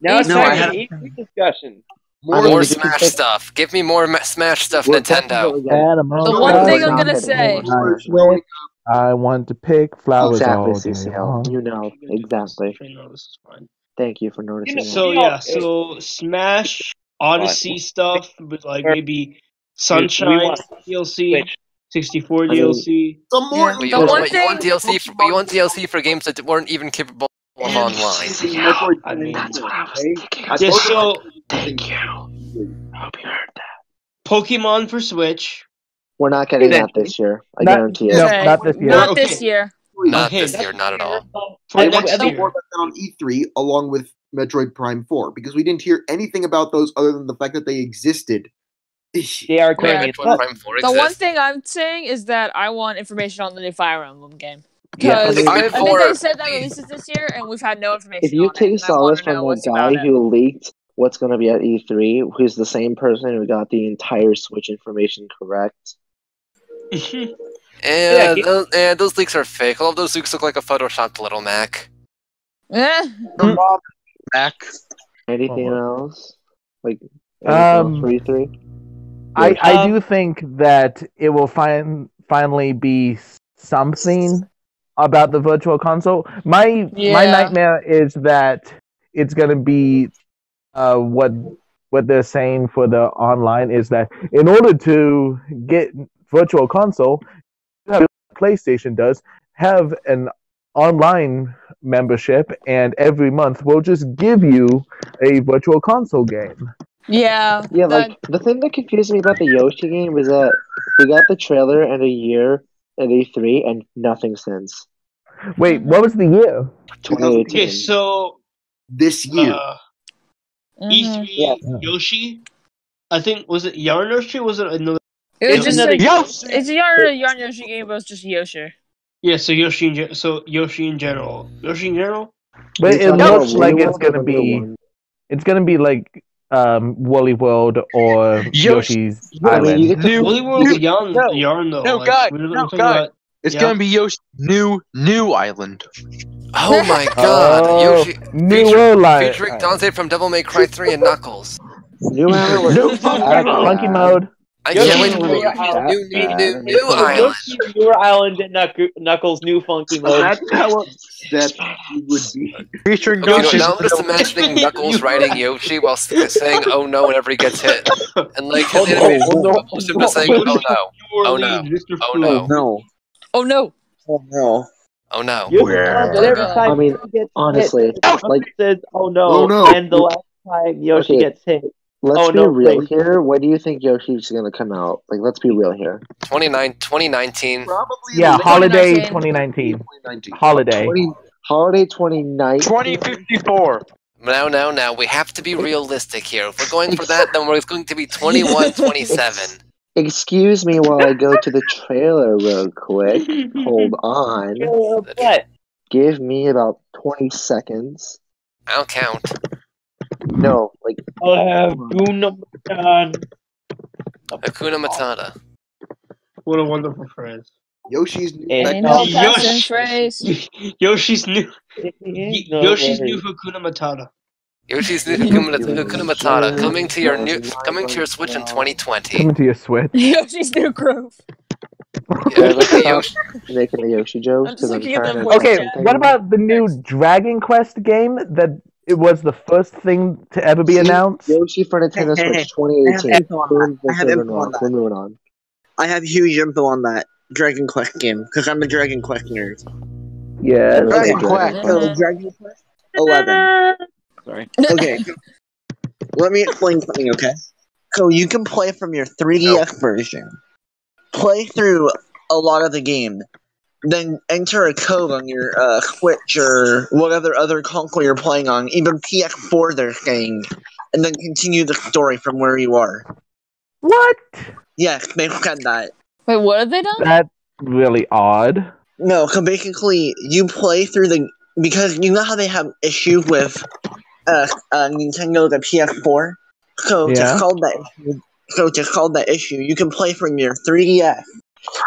Speaker 6: Now it's
Speaker 9: No,
Speaker 6: time
Speaker 9: I
Speaker 6: for
Speaker 9: had.
Speaker 6: the E3 discussion.
Speaker 3: More
Speaker 5: mean,
Speaker 8: More
Speaker 5: you can
Speaker 8: Smash
Speaker 5: take-
Speaker 8: stuff. Give me more ma- Smash stuff,
Speaker 5: We're
Speaker 8: Nintendo.
Speaker 5: definitely getting.
Speaker 2: Animal
Speaker 7: The
Speaker 3: No,
Speaker 7: one
Speaker 3: no,
Speaker 7: thing
Speaker 2: flowers
Speaker 3: no,
Speaker 7: I'm
Speaker 2: on
Speaker 7: gonna
Speaker 2: the
Speaker 7: say,
Speaker 2: whole
Speaker 3: we're
Speaker 2: night
Speaker 3: showing
Speaker 2: away.
Speaker 3: up.
Speaker 2: I want to pick flowers
Speaker 5: Exactly,
Speaker 2: all day Oh,
Speaker 5: CCL.
Speaker 2: long.
Speaker 5: You know
Speaker 4: Okay, good.
Speaker 5: Oh, exactly.
Speaker 4: Okay, no, this is fine.
Speaker 5: Thank you for
Speaker 6: You know,
Speaker 5: noticing that.
Speaker 4: So
Speaker 6: we all,
Speaker 4: yeah, so Smash Odyssey stuff with like
Speaker 6: Or-
Speaker 4: maybe
Speaker 6: we, we
Speaker 4: Sunshine
Speaker 6: want
Speaker 4: DLC,
Speaker 6: Switch.
Speaker 4: 64
Speaker 5: I mean-
Speaker 4: DLC.
Speaker 3: Some more.
Speaker 7: Yeah.
Speaker 8: But you
Speaker 7: The
Speaker 8: want,
Speaker 7: one
Speaker 8: but you want
Speaker 7: thing-
Speaker 8: DLC. For, but you want DLC for games that weren't even capable of
Speaker 9: And
Speaker 8: online.
Speaker 9: CCL.
Speaker 4: I mean,
Speaker 9: That's what I was
Speaker 3: okay?
Speaker 9: thinking.
Speaker 3: I
Speaker 4: yeah.
Speaker 3: both
Speaker 4: So
Speaker 5: Thank you. I hope you heard that.
Speaker 4: Pokemon for Switch.
Speaker 5: We're not getting
Speaker 6: Good
Speaker 5: that this year. I
Speaker 2: Not-
Speaker 5: guarantee it.
Speaker 2: No,
Speaker 7: Okay.
Speaker 2: not this year.
Speaker 7: Not
Speaker 4: Okay.
Speaker 7: this year.
Speaker 8: Not
Speaker 4: Okay,
Speaker 8: this year, not at all.
Speaker 4: For
Speaker 3: They
Speaker 6: I-
Speaker 3: E want
Speaker 4: next
Speaker 3: to know
Speaker 4: year.
Speaker 3: more about that on E3 along with Metroid Prime 4 because we didn't hear anything about those other than the fact that they existed.
Speaker 6: They are
Speaker 8: Wait,
Speaker 6: currently.
Speaker 8: Metroid Prime 4
Speaker 7: The one
Speaker 8: exists.
Speaker 7: thing I'm saying is that I want information on the new Fire Emblem game.
Speaker 5: I
Speaker 7: Because
Speaker 5: mean,
Speaker 7: I,
Speaker 8: Fire
Speaker 7: think they
Speaker 8: Emblem-
Speaker 7: said that releases this year, and we've had no information.
Speaker 5: if you
Speaker 7: on it,
Speaker 5: take
Speaker 7: and I wanna
Speaker 5: solace from
Speaker 7: know
Speaker 5: that
Speaker 7: what's about
Speaker 5: guy
Speaker 7: it.
Speaker 5: who leaked what's going to be at E3, who's the same person who got the entire Switch information correct,
Speaker 8: Yeah,
Speaker 6: Yeah,
Speaker 8: those, yeah, those leaks are fake. All of those leaks look like a photoshopped Little Mac.
Speaker 7: Eh,
Speaker 9: Your mom back.
Speaker 5: anything
Speaker 2: Uh-huh.
Speaker 5: else? Like, anything else
Speaker 2: Um,
Speaker 5: for E E3?
Speaker 2: I, I
Speaker 6: Um,
Speaker 2: do think that it will fin- finally be something about the virtual console. My my
Speaker 7: Yeah.
Speaker 2: nightmare is that it's gonna be uh, what what they're saying for the online is that in order to get virtual console, you have- PlayStation does have an online membership, and every month we'll just give you a virtual console game.
Speaker 7: yeah.
Speaker 5: Yeah,
Speaker 7: that-
Speaker 5: like, the thing that confused me about the Yoshi game was that we got the trailer and a year at E3 and nothing since
Speaker 7: Mm-hmm.
Speaker 2: Wait, what was the year?
Speaker 4: Okay,
Speaker 5: 2018.
Speaker 4: so
Speaker 3: this year.
Speaker 4: Uh,
Speaker 7: Mhm.
Speaker 4: E3
Speaker 6: Yeah.
Speaker 4: Yoshi. I think was it Yarnoshi? Was it another?
Speaker 7: It was
Speaker 4: It's
Speaker 7: just
Speaker 6: another
Speaker 7: like,
Speaker 6: Yoshi.
Speaker 7: it's a yarn yarn Yoshi game, but it's just Yoshi.
Speaker 4: Yeah, so Yoshi. In, ge- so Yoshi in general. Yoshi in general.
Speaker 2: But it
Speaker 5: You're talking about
Speaker 2: looks like
Speaker 5: Wario
Speaker 2: it's gonna
Speaker 5: World or
Speaker 2: be
Speaker 5: one?
Speaker 2: it's gonna be like um Wally World or Yoshi's
Speaker 5: I mean, you
Speaker 2: Island.
Speaker 5: get the-
Speaker 4: Holy World
Speaker 10: Dude,
Speaker 4: is yarn,
Speaker 10: no,
Speaker 4: yarn though.
Speaker 10: no,
Speaker 4: like,
Speaker 10: God,
Speaker 4: we're-
Speaker 10: no,
Speaker 4: I'm talking
Speaker 10: God.
Speaker 4: about
Speaker 10: It's
Speaker 4: Yeah.
Speaker 10: gonna be Yoshi's new new island.
Speaker 8: Oh my god,
Speaker 2: Oh,
Speaker 8: Yoshi
Speaker 2: New
Speaker 8: feature-
Speaker 2: World Line.
Speaker 8: featuring Dante from Devil May Cry 3 and Knuckles.
Speaker 5: New Island
Speaker 2: New
Speaker 5: wasn't
Speaker 2: Funky,
Speaker 5: that
Speaker 2: funky
Speaker 5: bad.
Speaker 2: mode.
Speaker 8: I
Speaker 6: Yoshi
Speaker 8: can't wait to
Speaker 5: New
Speaker 8: play
Speaker 5: Island
Speaker 6: New
Speaker 5: wasn't
Speaker 8: Yoshi's
Speaker 6: Island.
Speaker 5: that
Speaker 8: new, new,
Speaker 5: bad.
Speaker 8: new,
Speaker 5: I mean,
Speaker 8: new
Speaker 5: come on.
Speaker 8: island.
Speaker 6: Yoshi's Newer Island and Knuck- Knuckles' new funky mode.
Speaker 3: Imagine how upset you would be.
Speaker 10: Featuring
Speaker 8: Okay, no,
Speaker 10: Yoshi's
Speaker 8: now I'm just
Speaker 10: Island.
Speaker 8: imagining Knuckles riding Yoshi while s- saying "Oh no" whenever he gets hit, and like his
Speaker 5: Oh no!
Speaker 8: animation
Speaker 5: Oh no! Oh
Speaker 8: just him just saying
Speaker 5: no!
Speaker 8: "Oh no,
Speaker 4: New
Speaker 8: oh
Speaker 4: Orleans,
Speaker 8: no,
Speaker 4: Mr.
Speaker 8: oh
Speaker 4: Fu.
Speaker 5: Oh
Speaker 8: no,
Speaker 5: no!
Speaker 7: Oh no!
Speaker 9: Oh no.
Speaker 8: oh no."
Speaker 6: Yoshi's Island,
Speaker 7: Oh,
Speaker 6: every
Speaker 7: God.
Speaker 6: time
Speaker 5: I mean,
Speaker 6: Yoshi gets
Speaker 5: honestly,
Speaker 6: hit,
Speaker 5: like,
Speaker 6: Knuckles says, oh no.
Speaker 3: Oh, no.
Speaker 6: And the last time Yoshi
Speaker 5: Okay.
Speaker 6: gets hit,
Speaker 5: let's
Speaker 6: Oh,
Speaker 5: be
Speaker 6: no,
Speaker 5: real
Speaker 6: please.
Speaker 5: here. When do you think Yoshi's gonna come out? Like, let's be real here.
Speaker 8: 29, 2019.
Speaker 3: Probably
Speaker 2: Yeah,
Speaker 3: the late
Speaker 2: holiday 2019.
Speaker 7: 2019.
Speaker 3: 2019.
Speaker 2: Holiday.
Speaker 5: Twenty holiday twenty nineteen.
Speaker 10: 2054.
Speaker 8: No, no, no. We have to be realistic here. If we're going for that, then we're going to be 21, 27.
Speaker 5: Excuse me while I go to the trailer real quick. Hold on.
Speaker 6: uh, but
Speaker 5: Give me about twenty seconds.
Speaker 8: I'll count.
Speaker 5: No, like
Speaker 6: I'll have Goon on.
Speaker 8: Hakuna Matata.
Speaker 4: What a wonderful phrase.
Speaker 3: Yoshi's new
Speaker 6: And-
Speaker 3: Mac-
Speaker 7: Ain't no
Speaker 6: Yoshi.
Speaker 7: passing phrase.
Speaker 4: Yoshi's new
Speaker 6: Ain't no
Speaker 4: Yoshi's
Speaker 6: way.
Speaker 4: new Hakuna Matata.
Speaker 8: Yoshi's new Hakuna, Hakuna Matata coming to your new, coming to your Switch in 2020.
Speaker 2: Coming to your Switch.
Speaker 7: Yoshi's new groove.
Speaker 8: Yeah, oh,
Speaker 5: guys, I
Speaker 8: Yoshi.
Speaker 5: stopped making the Yoshi jokes
Speaker 7: I'm just
Speaker 5: because I'm
Speaker 7: looking at
Speaker 5: trying
Speaker 7: the
Speaker 5: to
Speaker 7: voice
Speaker 2: Okay,
Speaker 5: type
Speaker 7: chat.
Speaker 5: something.
Speaker 2: what about the new Dragon Quest game that it was the first thing to ever be
Speaker 5: See,
Speaker 2: announced?
Speaker 5: Yoshi for Nintendo
Speaker 9: Hey, hey,
Speaker 5: Switch
Speaker 9: hey. I have
Speaker 5: 2018.
Speaker 9: info on
Speaker 5: We're
Speaker 9: that.
Speaker 5: moving
Speaker 9: I have
Speaker 5: we're
Speaker 9: info
Speaker 5: moving
Speaker 9: on
Speaker 5: on. We're
Speaker 9: that.
Speaker 5: moving on.
Speaker 9: I have huge info on that Dragon Quest game because I'm a Dragon Quest nerd.
Speaker 2: Yes.
Speaker 9: Okay,
Speaker 10: Dragon Quest.
Speaker 5: Quest.
Speaker 9: so Dragon Quest 11.
Speaker 5: Sorry.
Speaker 9: Okay, let me explain something, okay? So you can play from your 3DS version, play through a lot of the game, then enter a code on your uh, Switch or whatever other console you're playing on, even PS4 they're saying, and then continue the story from where you are.
Speaker 2: What?
Speaker 9: Yes, they said that.
Speaker 7: Wait, what have they done?
Speaker 2: That's really odd.
Speaker 9: No, so basically you play through the because you know how they have issues with uh, uh Nintendo the PS4. So
Speaker 2: Yeah.
Speaker 9: to solve that issue, so to solve that issue, you can play from your 3DS,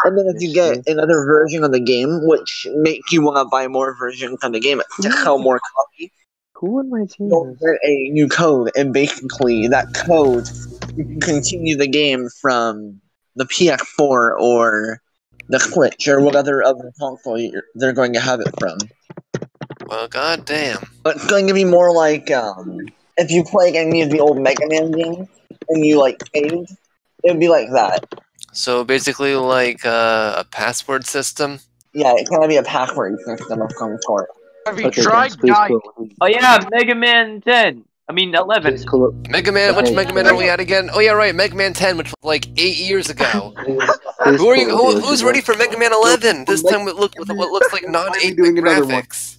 Speaker 9: and then if you get
Speaker 5: Issue.
Speaker 9: another version of the game, which makes you want to buy more versions of the game to sell more copies,
Speaker 5: Who in my team
Speaker 9: you'll
Speaker 5: is?
Speaker 9: get a new code, and basically that code you can continue the game from the PS4 or the Switch or whatever other console you're, they're going to have it from.
Speaker 8: Well, goddamn.
Speaker 9: But it's going to be more like um, if you played any of the old Mega Man games and you like saved, it'd be like that.
Speaker 8: So basically, like uh, a password system.
Speaker 9: Yeah, it's gonna be a password system of some sort.
Speaker 10: Have you
Speaker 5: Okay,
Speaker 10: tried
Speaker 5: guys, please
Speaker 10: Guy?
Speaker 5: quit.
Speaker 6: Oh yeah, Mega Man 10. I mean 11.
Speaker 5: Please quit.
Speaker 8: Mega Man. Which
Speaker 5: Hey,
Speaker 8: Mega Man are we at again? Oh yeah, right. Mega Man 10, which was like eight years ago.
Speaker 5: please, please
Speaker 8: Who are you?
Speaker 5: quit with the
Speaker 8: Who,
Speaker 5: Yoshi
Speaker 8: who's ready
Speaker 5: joke.
Speaker 8: for Mega Man 11? This time with look with what looks like non
Speaker 3: Finally
Speaker 8: 8
Speaker 3: doing
Speaker 8: bit
Speaker 3: another one.
Speaker 8: graphics.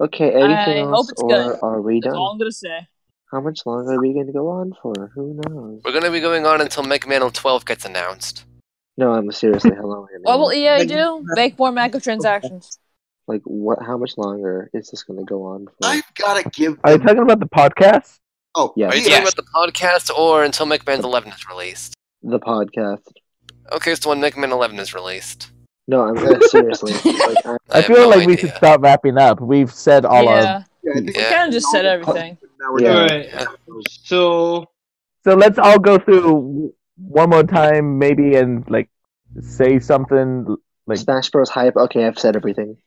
Speaker 5: Okay, anything
Speaker 7: I hope
Speaker 5: else,
Speaker 7: it's good.
Speaker 5: or are we
Speaker 7: That's
Speaker 5: done?
Speaker 7: all I'm gonna say.
Speaker 5: How much longer are we going to go on for? Who knows?
Speaker 8: We're gonna be going on until Mega Man 12 gets announced.
Speaker 5: No, I'm seriously. How long are we
Speaker 7: What
Speaker 5: going
Speaker 7: will
Speaker 5: on?
Speaker 7: EA do? Make more microtransactions.
Speaker 5: Like, what? How much longer is this going to go on for?
Speaker 3: I've got to give
Speaker 2: Are you
Speaker 3: them.
Speaker 2: talking about the podcast?
Speaker 3: Oh,
Speaker 5: Yes.
Speaker 8: Are you
Speaker 3: yeah.
Speaker 8: talking about the podcast or until Mega Man 11 is released?
Speaker 5: The podcast.
Speaker 8: Okay, so when Mega Man 11 is released,
Speaker 5: No, I'm uh, seriously. Like, I,
Speaker 8: I,
Speaker 2: I
Speaker 8: have
Speaker 2: feel
Speaker 8: no
Speaker 2: like we should
Speaker 8: idea.
Speaker 2: start wrapping up. We've said all
Speaker 7: yeah,
Speaker 3: yeah, I think
Speaker 7: we
Speaker 8: Yeah.
Speaker 7: kind of just said
Speaker 3: all-
Speaker 7: everything.
Speaker 3: now we're
Speaker 5: Yeah.
Speaker 3: done.
Speaker 4: Alright. So
Speaker 2: our. So let's all go through one more time, maybe, and like say something. Like
Speaker 5: Smash Bros. hype. Okay, I've said everything.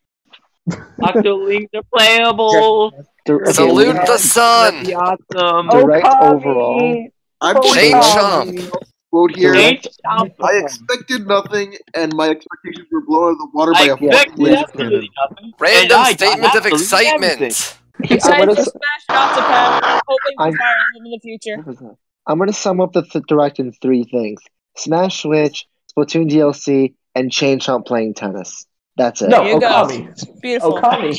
Speaker 6: Octolings are playable.
Speaker 5: Dir- okay, we
Speaker 8: Salute
Speaker 5: have
Speaker 8: the sun!
Speaker 6: Be awesome.
Speaker 5: Oh, direct
Speaker 2: Okami!
Speaker 5: overall.
Speaker 3: I'm
Speaker 2: Oh,
Speaker 3: just
Speaker 8: Shane
Speaker 3: going
Speaker 2: God.
Speaker 3: off
Speaker 8: Chomp!
Speaker 3: the quote here.
Speaker 5: Direct.
Speaker 6: Change out
Speaker 3: I
Speaker 6: the
Speaker 3: expected nothing, and my expectations were blown out of the water by
Speaker 6: I
Speaker 3: a fucking
Speaker 6: expected
Speaker 3: laser
Speaker 6: absolutely
Speaker 3: cannon.
Speaker 6: nothing, and
Speaker 8: Random
Speaker 6: I got
Speaker 8: statement of
Speaker 6: absolutely everything.
Speaker 8: excitement!
Speaker 5: I'm
Speaker 7: Excited
Speaker 5: gonna.
Speaker 7: for
Speaker 5: s-
Speaker 7: Smash and Octopath. Hoping for
Speaker 5: I'm.
Speaker 7: Fire Emblem in the future.
Speaker 5: What was that? I'm gonna sum up the th- direct in three things: Smash Switch, Splatoon DLC, and Chain Chomp playing tennis. That's it.
Speaker 2: No,
Speaker 8: oh,
Speaker 7: There you go.
Speaker 2: Okami.
Speaker 5: Oh,
Speaker 7: Beautiful.
Speaker 2: Okami.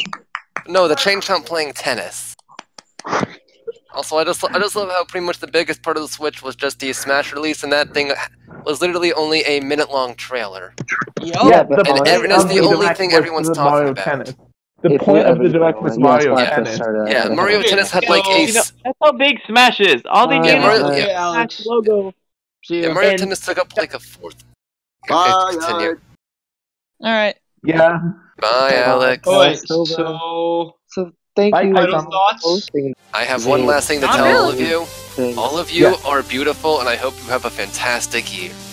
Speaker 8: No, the Chain Chomp playing tennis. Also, I just I just love how pretty much the biggest part of the Switch was just the Smash release, and that thing was literally only a minute long trailer.
Speaker 2: yeah, the
Speaker 8: Oh, and
Speaker 2: point
Speaker 8: every- that's
Speaker 2: of
Speaker 8: the only
Speaker 2: direct
Speaker 8: thing
Speaker 2: was
Speaker 8: everyone's
Speaker 2: the
Speaker 8: talking
Speaker 2: Mario
Speaker 8: about.
Speaker 2: Tennis. The
Speaker 5: If we
Speaker 2: point of
Speaker 5: ever
Speaker 2: the
Speaker 5: do
Speaker 2: direct
Speaker 5: that,
Speaker 2: was
Speaker 5: yeah, it's
Speaker 2: Mario
Speaker 5: not
Speaker 2: Tennis.
Speaker 5: just started.
Speaker 8: Yeah, Mario Tennis had like a
Speaker 6: You know,
Speaker 8: s-
Speaker 6: that's how big Smash is. All they
Speaker 9: Uh,
Speaker 6: did
Speaker 8: yeah
Speaker 6: was
Speaker 8: Mario
Speaker 6: put
Speaker 8: yeah,
Speaker 4: Okay,
Speaker 6: the Smash
Speaker 4: Alex.
Speaker 6: logo.
Speaker 4: See
Speaker 8: yeah
Speaker 4: ya.
Speaker 8: Mario
Speaker 6: And-
Speaker 8: Tennis took up like a fourth. Okay,
Speaker 3: Bye,
Speaker 8: continue.
Speaker 7: All right.
Speaker 2: Yeah.
Speaker 8: Bye, Alex.
Speaker 5: Oh.
Speaker 4: All right,
Speaker 5: Alex Silva.
Speaker 4: so
Speaker 5: So thank
Speaker 2: Bye,
Speaker 5: you
Speaker 2: Titan.
Speaker 4: final
Speaker 5: all
Speaker 4: thoughts.
Speaker 5: hosting
Speaker 8: I have one
Speaker 5: Zane.
Speaker 8: last thing to
Speaker 7: Not
Speaker 8: tell all of
Speaker 7: really.
Speaker 8: you.
Speaker 5: things.
Speaker 8: All of you
Speaker 2: Yeah.
Speaker 8: are beautiful, and I hope you have a fantastic year.